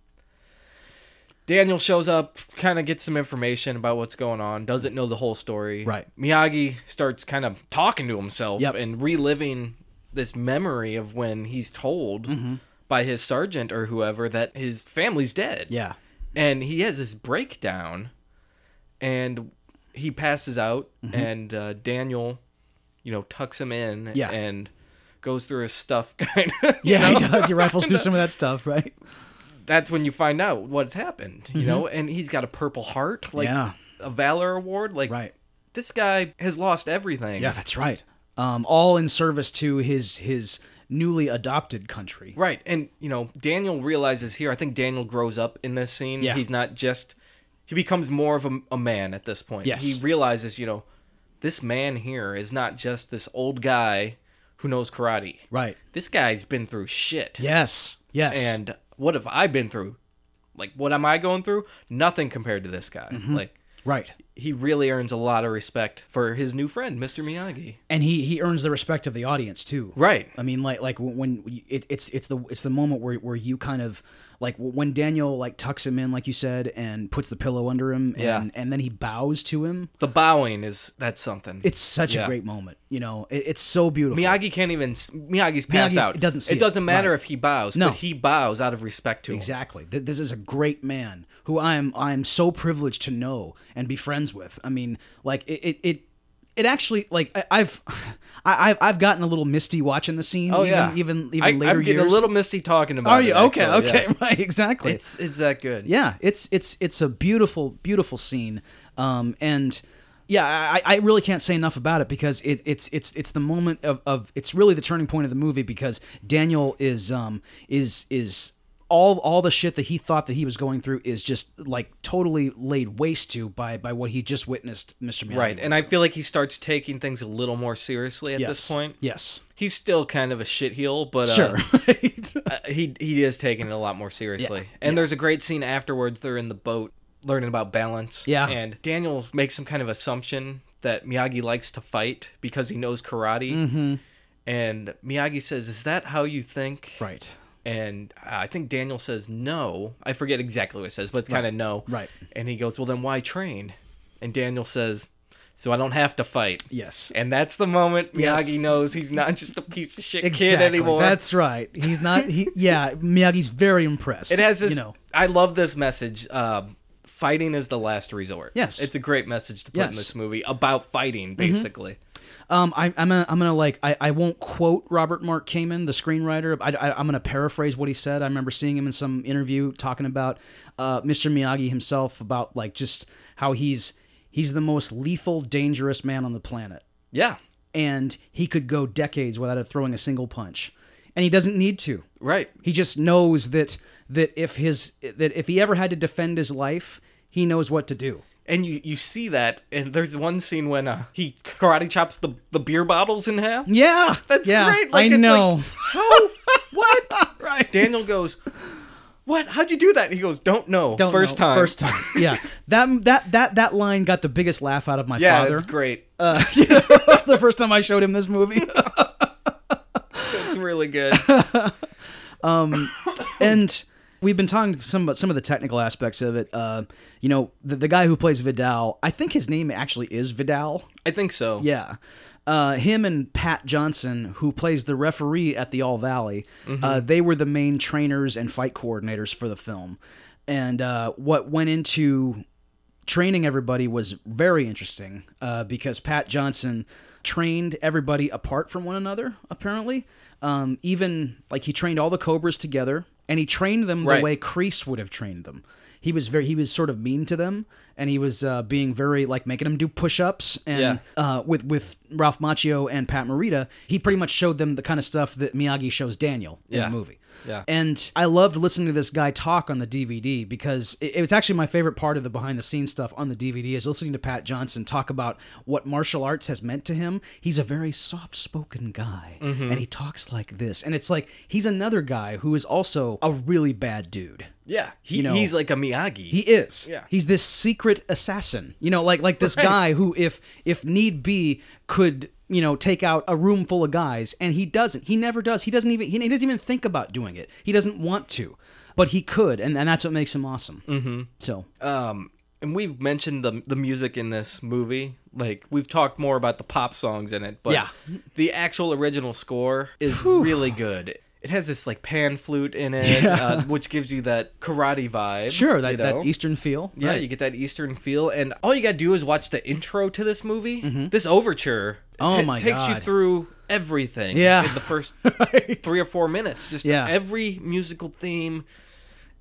Speaker 1: daniel shows up kind of gets some information about what's going on doesn't know the whole story
Speaker 2: Right.
Speaker 1: miyagi starts kind of talking to himself
Speaker 2: Yep.
Speaker 1: and reliving this memory of when he's told
Speaker 2: Mm-hmm.
Speaker 1: by his sergeant or whoever that his family's dead
Speaker 2: Yeah,
Speaker 1: and he has this breakdown and he passes out
Speaker 2: Mm-hmm.
Speaker 1: and uh, daniel you know tucks him in
Speaker 2: Yeah.
Speaker 1: and goes through his stuff kind of
Speaker 2: yeah, he does. He rifles through some of that stuff, right?
Speaker 1: that's when you find out what's happened you know and he's got a purple heart like
Speaker 2: Mm-hmm. Yeah.
Speaker 1: a valor award like
Speaker 2: Right.
Speaker 1: this guy has lost everything
Speaker 2: Yeah, that's right. Um, all in service to his his newly adopted country.
Speaker 1: right and you know daniel realizes here i think daniel grows up in this scene
Speaker 2: Yeah.
Speaker 1: he's not just he becomes more of a, a man at this point
Speaker 2: Yes.
Speaker 1: he realizes you know this man here is not just this old guy who knows karate
Speaker 2: Right.
Speaker 1: this guy's been through shit
Speaker 2: Yes. Yes.
Speaker 1: and what have i been through like what am i going through nothing compared to this guy
Speaker 2: Mm-hmm.
Speaker 1: like
Speaker 2: right.
Speaker 1: he really earns a lot of respect for his new friend, Mr. Miyagi.
Speaker 2: And he he earns the respect of the audience too.
Speaker 1: Right.
Speaker 2: I mean, like like when when it, it's it's the it's the moment where where you kind of like when Daniel like tucks him in, like you said, and puts the pillow under him, and,
Speaker 1: Yeah.
Speaker 2: and then he bows to him.
Speaker 1: The bowing is that's something.
Speaker 2: It's such
Speaker 1: Yeah.
Speaker 2: a great moment. You know, it, it's so beautiful.
Speaker 1: Miyagi can't even Miyagi's passed
Speaker 2: Miyagi's-
Speaker 1: out.
Speaker 2: it doesn't see
Speaker 1: it
Speaker 2: it.
Speaker 1: doesn't matter
Speaker 2: Right.
Speaker 1: if he bows,
Speaker 2: No.
Speaker 1: but he bows out of respect to him.
Speaker 2: Exactly. Th- This is a great man who I am I am so privileged to know and be friends with. I mean, like it it it, it actually like I, I've I, I've I've gotten a little misty watching the scene.
Speaker 1: Oh
Speaker 2: even,
Speaker 1: yeah.
Speaker 2: even even
Speaker 1: I,
Speaker 2: later
Speaker 1: I'm getting
Speaker 2: years.
Speaker 1: a little misty talking about.
Speaker 2: Are you
Speaker 1: it,
Speaker 2: okay?
Speaker 1: actually,
Speaker 2: okay,
Speaker 1: yeah.
Speaker 2: right? Exactly.
Speaker 1: It's it's that good.
Speaker 2: yeah, it's it's it's a beautiful beautiful scene, um, and yeah, I, I really can't say enough about it because it, it's it's it's the moment of, of it's really the turning point of the movie because Daniel is um is is all all the shit that he thought that he was going through is just like totally laid waste to by by what he just witnessed, Mr. Miyagi.
Speaker 1: Right. And I feel like he starts taking things a little more seriously at this point.
Speaker 2: yes,
Speaker 1: He's still kind of a shitheel, but
Speaker 2: sure,
Speaker 1: uh,
Speaker 2: right.
Speaker 1: uh, he he is taking it a lot more seriously.
Speaker 2: Yeah.
Speaker 1: And there's a great scene afterwards. They're in the boat learning about balance.
Speaker 2: Yeah.
Speaker 1: And Daniel makes some kind of assumption that Miyagi likes to fight because he knows karate.
Speaker 2: Mm-hmm.
Speaker 1: And Miyagi says, "Is that how you think?"
Speaker 2: right,
Speaker 1: And uh, I think Daniel says, "No." I forget exactly what it says, but it's kind of no.
Speaker 2: Right.
Speaker 1: And he goes, "Well, then why train?" And Daniel says, "So I don't have to fight."
Speaker 2: yes.
Speaker 1: And that's the moment
Speaker 2: Yes.
Speaker 1: Miyagi knows he's not just a piece of shit kid
Speaker 2: Exactly.
Speaker 1: anymore.
Speaker 2: That's right. He's not. He yeah. Miyagi's very impressed.
Speaker 1: It has this.
Speaker 2: You know.
Speaker 1: I love this message. Um, fighting is the last resort.
Speaker 2: Yes.
Speaker 1: it's a great message to put in
Speaker 2: Yes. Mm-hmm.
Speaker 1: this movie about fighting, basically.
Speaker 2: Um, I, I'm gonna, I'm gonna like, I, I won't quote Robert Mark Kamen, the screenwriter. I, I, am gonna paraphrase what he said. I remember seeing him in some interview talking about uh, Mr. Miyagi himself about like just how he's he's the most lethal, dangerous man on the planet,
Speaker 1: Yeah,
Speaker 2: and he could go decades without throwing a single punch, and he doesn't need to.
Speaker 1: right.
Speaker 2: He just knows that that if his that if he ever had to defend his life, he knows what to do.
Speaker 1: And you you see that, and there's one scene when uh, he karate chops the the beer bottles in half.
Speaker 2: Yeah,
Speaker 1: That's
Speaker 2: yeah,
Speaker 1: great. Like, it's
Speaker 2: I
Speaker 1: like-
Speaker 2: know.
Speaker 1: How? what?
Speaker 2: right.
Speaker 1: Daniel goes. What? How'd you do that? And he goes, "Don't know."
Speaker 2: Don't
Speaker 1: first
Speaker 2: know.
Speaker 1: time.
Speaker 2: First time. Yeah. That that that that line got the biggest laugh out of my
Speaker 1: Yeah,
Speaker 2: father.
Speaker 1: it's great.
Speaker 2: Uh, you know, the first time I showed him this movie.
Speaker 1: It's really good.
Speaker 2: and we've been talking some about some of the technical aspects of it. Uh, you know, the, the guy who plays Vidal, I think his name actually is Vidal.
Speaker 1: I think so.
Speaker 2: Yeah. Uh, him and Pat Johnson, who plays the referee at the All Valley, uh, they were the main trainers and fight coordinators for the film. And uh, what went into training everybody was very interesting uh, because Pat Johnson trained everybody apart from one another, apparently. Um, even like he trained all the Cobras together and he trained them
Speaker 1: Right.
Speaker 2: the way Crease would have trained them. He was very, he was sort of mean to them and he was uh, being very like making them do push ups and
Speaker 1: Yeah.
Speaker 2: uh, with with Ralph Macchio and Pat Morita, he pretty much showed them the kind of stuff that Miyagi shows Daniel in
Speaker 1: Yeah.
Speaker 2: the movie.
Speaker 1: Yeah.
Speaker 2: And I loved listening to this guy talk on the DVD because it, it's actually my favorite part of the behind the scenes stuff on the DVD is listening to Pat Johnson talk about what martial arts has meant to him. He's a very soft spoken guy
Speaker 1: Mm-hmm.
Speaker 2: and he talks like this. And it's like he's another guy who is also a really bad dude.
Speaker 1: Yeah, he,
Speaker 2: You know-
Speaker 1: he's like a Miyagi.
Speaker 2: He is.
Speaker 1: Yeah.
Speaker 2: He's this secret assassin. You know, like like this
Speaker 1: Right.
Speaker 2: guy who if if need be could, you know, take out a room full of guys and he doesn't. He never does. He doesn't even he, he doesn't even think about doing it. He doesn't want to. But he could, and, and that's what makes him awesome. Mm-hmm. So
Speaker 1: um, and we've mentioned the the music in this movie. Like we've talked more about the pop songs in it, but
Speaker 2: Yeah.
Speaker 1: the actual original score is really good. It has this like pan flute in it, uh, which gives you that karate vibe.
Speaker 2: sure, that,
Speaker 1: you know?
Speaker 2: that Eastern feel.
Speaker 1: Yeah,
Speaker 2: right.
Speaker 1: you get that Eastern feel, and all you gotta do is watch the intro to this movie. This overture,
Speaker 2: Mm-hmm. Oh my
Speaker 1: takes you
Speaker 2: God.
Speaker 1: through everything.
Speaker 2: Yeah.
Speaker 1: in the first
Speaker 2: Right.
Speaker 1: three or four minutes, just
Speaker 2: Yeah.
Speaker 1: every musical theme.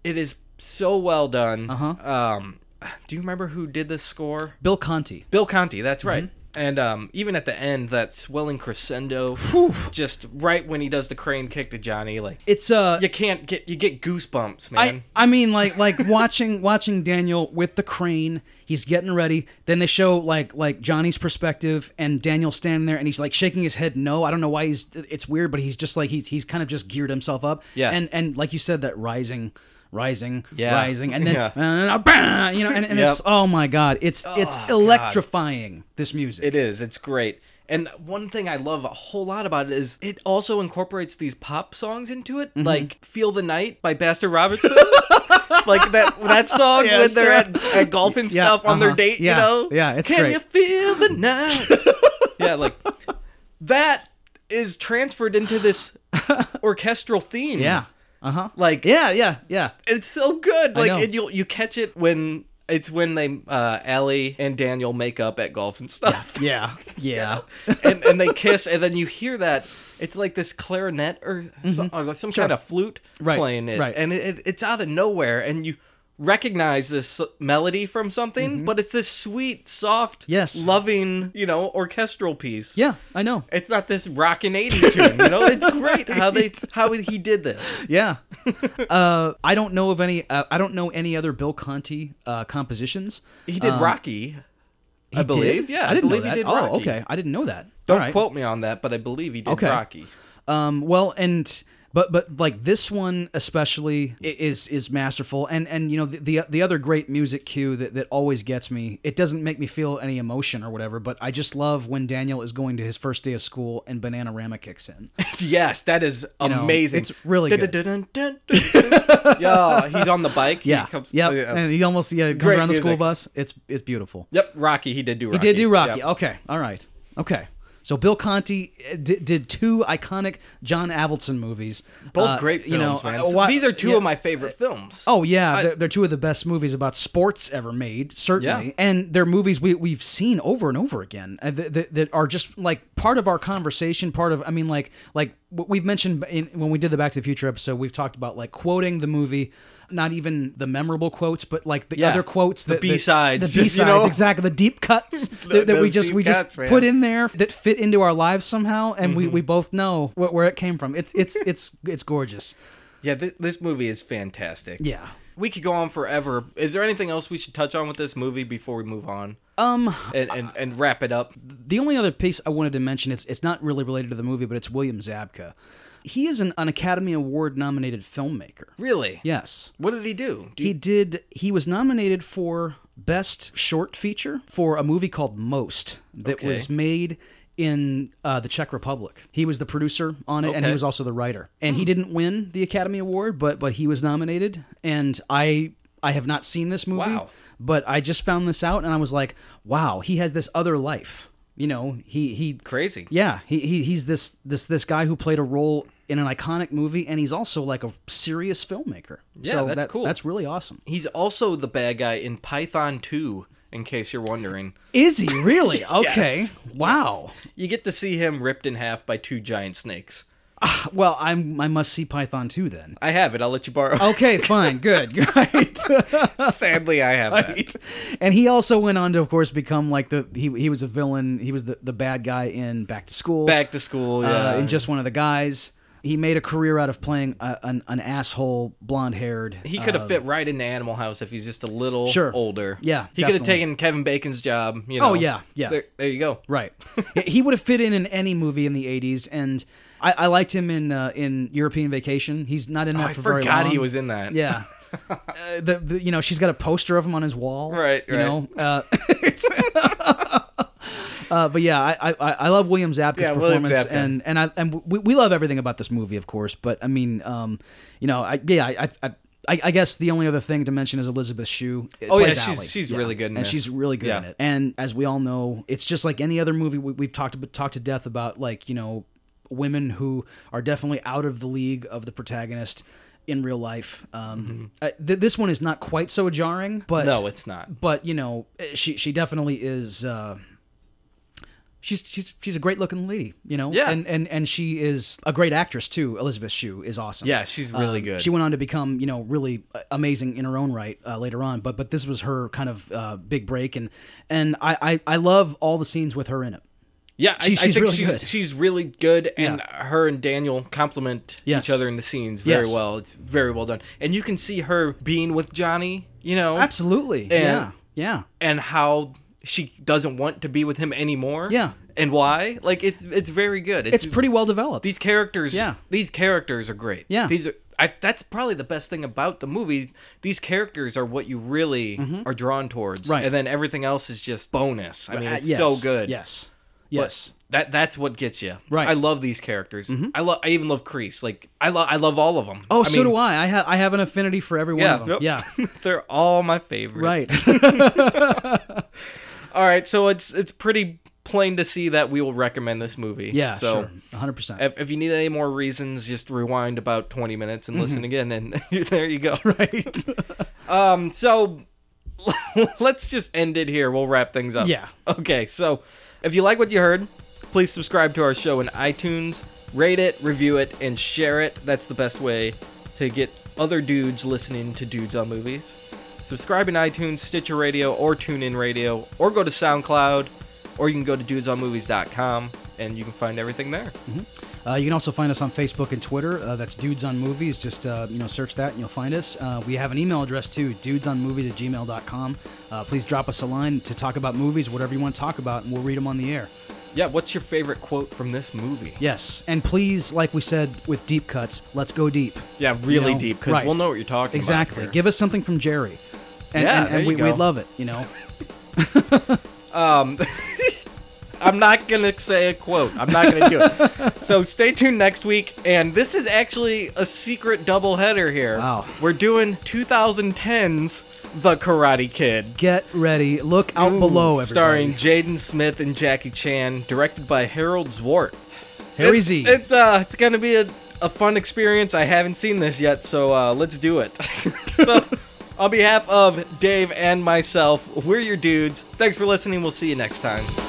Speaker 1: It is so well done.
Speaker 2: Uh-huh.
Speaker 1: Um, do you remember who did this score?
Speaker 2: Bill Conti.
Speaker 1: Bill Conti. That's right.
Speaker 2: Mm-hmm.
Speaker 1: And um, even at the end, that swelling crescendo, just right when he does the crane kick to Johnny, like
Speaker 2: It's uh
Speaker 1: you can't get you get goosebumps, man.
Speaker 2: I, I mean like like watching watching Daniel with the crane, he's getting ready. Then they show like like Johnny's perspective and Daniel standing there and he's like shaking his head no. I don't know why he's it's weird, but he's just like he's he's kind of just geared himself up.
Speaker 1: Yeah.
Speaker 2: And and like you said that rising rising
Speaker 1: Yeah.
Speaker 2: rising and then
Speaker 1: Yeah.
Speaker 2: uh, bah, you know and, and it's
Speaker 1: Yep.
Speaker 2: oh my god it's it's
Speaker 1: God.
Speaker 2: electrifying this music
Speaker 1: It is. It's great. And one thing I love a whole lot about it is it also incorporates these pop songs into it,
Speaker 2: Mm-hmm.
Speaker 1: like "Feel the Night" by Bastard Robertson, like that that song
Speaker 2: Yeah,
Speaker 1: when they're at,
Speaker 2: sure.
Speaker 1: at golf and
Speaker 2: Yeah,
Speaker 1: stuff on their
Speaker 2: uh-huh.
Speaker 1: date.
Speaker 2: Yeah,
Speaker 1: You know,
Speaker 2: yeah, it's
Speaker 1: Can
Speaker 2: great.
Speaker 1: you feel the night? yeah, like that is transferred into this orchestral theme.
Speaker 2: yeah uh-huh
Speaker 1: like
Speaker 2: yeah yeah yeah
Speaker 1: it's so good. Like
Speaker 2: know.
Speaker 1: and you you catch it when it's when they uh Allie and Daniel make up at golf and stuff.
Speaker 2: yeah yeah
Speaker 1: and and they kiss and then you hear that it's like this clarinet or some, or some kind of flute
Speaker 2: Mm-hmm. Right,
Speaker 1: playing it
Speaker 2: right.
Speaker 1: and it, it, it's out of nowhere and you recognize this melody from something but it's this sweet soft
Speaker 2: Mm-hmm. Yes.
Speaker 1: loving you know orchestral piece
Speaker 2: yeah I know
Speaker 1: it's not this rockin' 80s tune you know it's great how they how he did this
Speaker 2: Yeah. uh, I don't know of any. Uh, I don't know any other Bill Conti uh, compositions.
Speaker 1: he did rocky
Speaker 2: Uh, He
Speaker 1: i
Speaker 2: did?
Speaker 1: believe yeah i,
Speaker 2: didn't
Speaker 1: believe
Speaker 2: know
Speaker 1: he did
Speaker 2: that. oh,
Speaker 1: rocky
Speaker 2: okay. I didn't know that.
Speaker 1: don't
Speaker 2: All right.
Speaker 1: quote me on that but i believe he did
Speaker 2: Okay.
Speaker 1: rocky
Speaker 2: Um, well, and but but like this one especially i- is is masterful, and and you know the the, the other great music cue that, that always gets me. It doesn't make me feel any emotion or whatever, but I just love when Daniel is going to his first day of school and Banana Rama kicks in.
Speaker 1: Yes, that is
Speaker 2: know,
Speaker 1: amazing.
Speaker 2: it's really good.
Speaker 1: Dun-dun-dun-dun-dun. yeah, he's on the bike. he
Speaker 2: Yeah,
Speaker 1: comes- oh,
Speaker 2: yep.
Speaker 1: yeah.
Speaker 2: and he almost yeah comes
Speaker 1: Great
Speaker 2: around the school
Speaker 1: music.
Speaker 2: bus. It's it's beautiful.
Speaker 1: Yep, Rocky. He did do Rocky.
Speaker 2: He did do Rocky. Uh,
Speaker 1: Yep.
Speaker 2: Okay. All right. Okay. So Bill Conti uh, did, did two iconic John Avildsen movies.
Speaker 1: Both
Speaker 2: Uh,
Speaker 1: great films,
Speaker 2: you know,
Speaker 1: man.
Speaker 2: uh, why-
Speaker 1: These are two
Speaker 2: yeah.
Speaker 1: of my favorite films.
Speaker 2: Oh yeah, they're, they're two of the best movies about sports ever made, certainly,
Speaker 1: Yeah.
Speaker 2: and they're movies we we've seen over and over again uh, that, that, that are just like part of our conversation, part of I mean, like like what we've mentioned in, when we did the Back to the Future episode, we've talked about like quoting the movie, not even the memorable quotes, but like the
Speaker 1: Yeah.
Speaker 2: other quotes,
Speaker 1: The
Speaker 2: that- that-
Speaker 1: B-sides,
Speaker 2: the B
Speaker 1: just, you
Speaker 2: sides,
Speaker 1: know?
Speaker 2: exactly, the deep cuts that, that we
Speaker 1: Those
Speaker 2: just
Speaker 1: deep
Speaker 2: we
Speaker 1: cuts,
Speaker 2: just
Speaker 1: man. Mm-hmm.
Speaker 2: put in there that fit into our lives somehow, and we we both know wh- where it came from. It's it's it's it's gorgeous.
Speaker 1: yeah. Th- this movie is fantastic.
Speaker 2: Yeah.
Speaker 1: we could go on forever. Is there anything else we should touch on with this movie before we move on
Speaker 2: Um.
Speaker 1: and and, and wrap it up?
Speaker 2: The only other piece I wanted to mention it's it's not really related to the movie, but it's William Zabka. He is an, an Academy Award nominated filmmaker.
Speaker 1: Really?
Speaker 2: Yes.
Speaker 1: What did he do? Do you-
Speaker 2: He did he was nominated for best short feature for a movie called Most that
Speaker 1: Okay.
Speaker 2: was made in uh, the Czech Republic. He was the producer on it and he
Speaker 1: Okay. Hmm.
Speaker 2: was also the writer. And he didn't win the Academy Award, but but he was nominated and I I have not seen this movie,
Speaker 1: Wow.
Speaker 2: but I just found this out and I was like, wow, he has this other life. You know, he he
Speaker 1: Crazy.
Speaker 2: yeah, he, he he's this this this guy who played a role in an iconic movie, and he's also like a serious filmmaker.
Speaker 1: Yeah,
Speaker 2: so
Speaker 1: that's
Speaker 2: that,
Speaker 1: cool.
Speaker 2: That's really awesome.
Speaker 1: He's also the bad guy in Python Two. In case you're wondering,
Speaker 2: Is he really? Okay.
Speaker 1: Yes.
Speaker 2: Wow.
Speaker 1: you get to see him ripped in half by two giant snakes.
Speaker 2: Well, I'm I must see Python too then.
Speaker 1: I have it. I'll let you borrow.
Speaker 2: Okay, fine, good, great. Oh.
Speaker 1: Sadly, I have that.
Speaker 2: right. And he also went on to, of course, become like the he he was a villain. He was the the bad guy in Back to School.
Speaker 1: Back to school. Yeah.
Speaker 2: uh, and just one of the guys. he made a career out of playing a, an, an asshole, blonde haired.
Speaker 1: He could have fit right into Animal House if he's just a little
Speaker 2: uh, Sure.
Speaker 1: older.
Speaker 2: Yeah,
Speaker 1: he could have
Speaker 2: definitely.
Speaker 1: taken Kevin Bacon's job. You know.
Speaker 2: Oh, yeah, yeah.
Speaker 1: There, there you go.
Speaker 2: Right. Yeah, he would have fit in in any movie in the '80s, and I, I liked him in uh, in European Vacation. He's not in that
Speaker 1: Oh, I
Speaker 2: for very
Speaker 1: forgot he
Speaker 2: long.
Speaker 1: was in that.
Speaker 2: Yeah. Uh, the, the you know she's got a poster of him on his wall,
Speaker 1: Right,
Speaker 2: You
Speaker 1: right.
Speaker 2: know, uh, it's- uh, but yeah, I, I I love William Zabka's
Speaker 1: Yeah, William
Speaker 2: performance,
Speaker 1: Zabka.
Speaker 2: and and I and we, we love everything about this movie, of course. But I mean, um, you know, I yeah, I I, I, I guess the only other thing to mention is Elizabeth Shue. It
Speaker 1: Oh, yeah,
Speaker 2: plays
Speaker 1: she's-
Speaker 2: Ally.
Speaker 1: she's really good in
Speaker 2: and
Speaker 1: this.
Speaker 2: she's really good
Speaker 1: Yeah.
Speaker 2: in it. And as we all know, it's just like any other movie we, we've talked about, talked to death about, like you know, women who are definitely out of the league of the protagonist in real life. Um, uh, th- this one is not quite so jarring, but
Speaker 1: Mm-hmm. No, it's not.
Speaker 2: but you know, eh, she she definitely is. Uh, She's, she's she's a great looking lady, you know.
Speaker 1: Yeah.
Speaker 2: And, and and she is a great actress too. Elizabeth Shue is awesome.
Speaker 1: Yeah, she's really
Speaker 2: Um,
Speaker 1: good.
Speaker 2: She went on to become, you know, really uh, amazing in her own right uh, later on. But but this was her kind of uh, big break, and and I, I I love all the scenes with her in it.
Speaker 1: yeah, I,
Speaker 2: she-
Speaker 1: I
Speaker 2: she's
Speaker 1: think
Speaker 2: really
Speaker 1: she's,
Speaker 2: good.
Speaker 1: she's really good, and her and Daniel complement
Speaker 2: Yes.
Speaker 1: each other in the scenes very
Speaker 2: Yes.
Speaker 1: well. It's very well done, and you can see her being with Johnny. You know,
Speaker 2: Absolutely. yeah. Yeah.
Speaker 1: and how she doesn't want to be with him anymore.
Speaker 2: Yeah.
Speaker 1: and why? Like it's it's very good.
Speaker 2: It's pretty well developed.
Speaker 1: these characters
Speaker 2: Yeah.
Speaker 1: these characters are great
Speaker 2: Yeah.
Speaker 1: these are I, that's probably the best thing about the movie these characters are what you really are drawn towards
Speaker 2: Mm-hmm. Right.
Speaker 1: and then everything else is just bonus i mean
Speaker 2: Uh,
Speaker 1: it's
Speaker 2: yes.
Speaker 1: so good
Speaker 2: Yes.
Speaker 1: But
Speaker 2: Yes.
Speaker 1: that that's what gets you
Speaker 2: Right. Mm-hmm.
Speaker 1: i love these characters i love i even love crease like i love i love all of them
Speaker 2: oh, so do I. I have I have an affinity for every
Speaker 1: yeah,
Speaker 2: one of them.
Speaker 1: nope.
Speaker 2: Yeah.
Speaker 1: they're all my favorite.
Speaker 2: Right.
Speaker 1: All right, so it's it's pretty plain to see that we will recommend this movie.
Speaker 2: Yeah.
Speaker 1: so
Speaker 2: sure. One hundred percent.
Speaker 1: if, if you need any more reasons, just rewind about 20 minutes and
Speaker 2: Mm-hmm.
Speaker 1: listen again, and there you go.
Speaker 2: Right.
Speaker 1: Um, so let's just end it here. We'll wrap things up.
Speaker 2: Yeah.
Speaker 1: Okay, so if you like what you heard, please subscribe to our show in iTunes, rate it, review it, and share it. That's the best way to get other dudes listening to Dudes on Movies. Subscribe in iTunes, Stitcher Radio, or TuneIn Radio, or go to SoundCloud, or you can go to dudesonmovies.com and you can find everything there.
Speaker 2: Uh, you can also find us on Facebook and Twitter. Uh, that's Dudes on Movies. Just uh, you know, search that and you'll find us. Uh, we have an email address too, dudesonmovies at gmail.com. Uh, please drop us a line to talk about movies, whatever you want to talk about, and we'll read them on the air.
Speaker 1: Yeah, what's your favorite quote from this movie?
Speaker 2: Yes, and please, like we said with deep cuts, let's go deep.
Speaker 1: Yeah, really
Speaker 2: know,
Speaker 1: deep because
Speaker 2: right.
Speaker 1: we'll know what you're talking about.
Speaker 2: Exactly.
Speaker 1: here.
Speaker 2: Give us something from Jerry. And,
Speaker 1: Yeah,
Speaker 2: and,
Speaker 1: there
Speaker 2: and
Speaker 1: you
Speaker 2: we,
Speaker 1: go.
Speaker 2: we'd love it. You know,
Speaker 1: I'm not gonna say a quote. I'm not gonna do it. so stay tuned next week. And this is actually a secret doubleheader here.
Speaker 2: Wow.
Speaker 1: We're doing 2010's The Karate Kid.
Speaker 2: get ready. Look out
Speaker 1: Ooh,
Speaker 2: below, everybody.
Speaker 1: Starring Jaden Smith and Jackie Chan, directed by Harold Zwart.
Speaker 2: Harry
Speaker 1: It-
Speaker 2: Z.
Speaker 1: It's uh, it's gonna be a, a fun experience. I haven't seen this yet, so uh, let's do it. so, on behalf of Dave and myself, we're your dudes. Thanks for listening. We'll see you next time.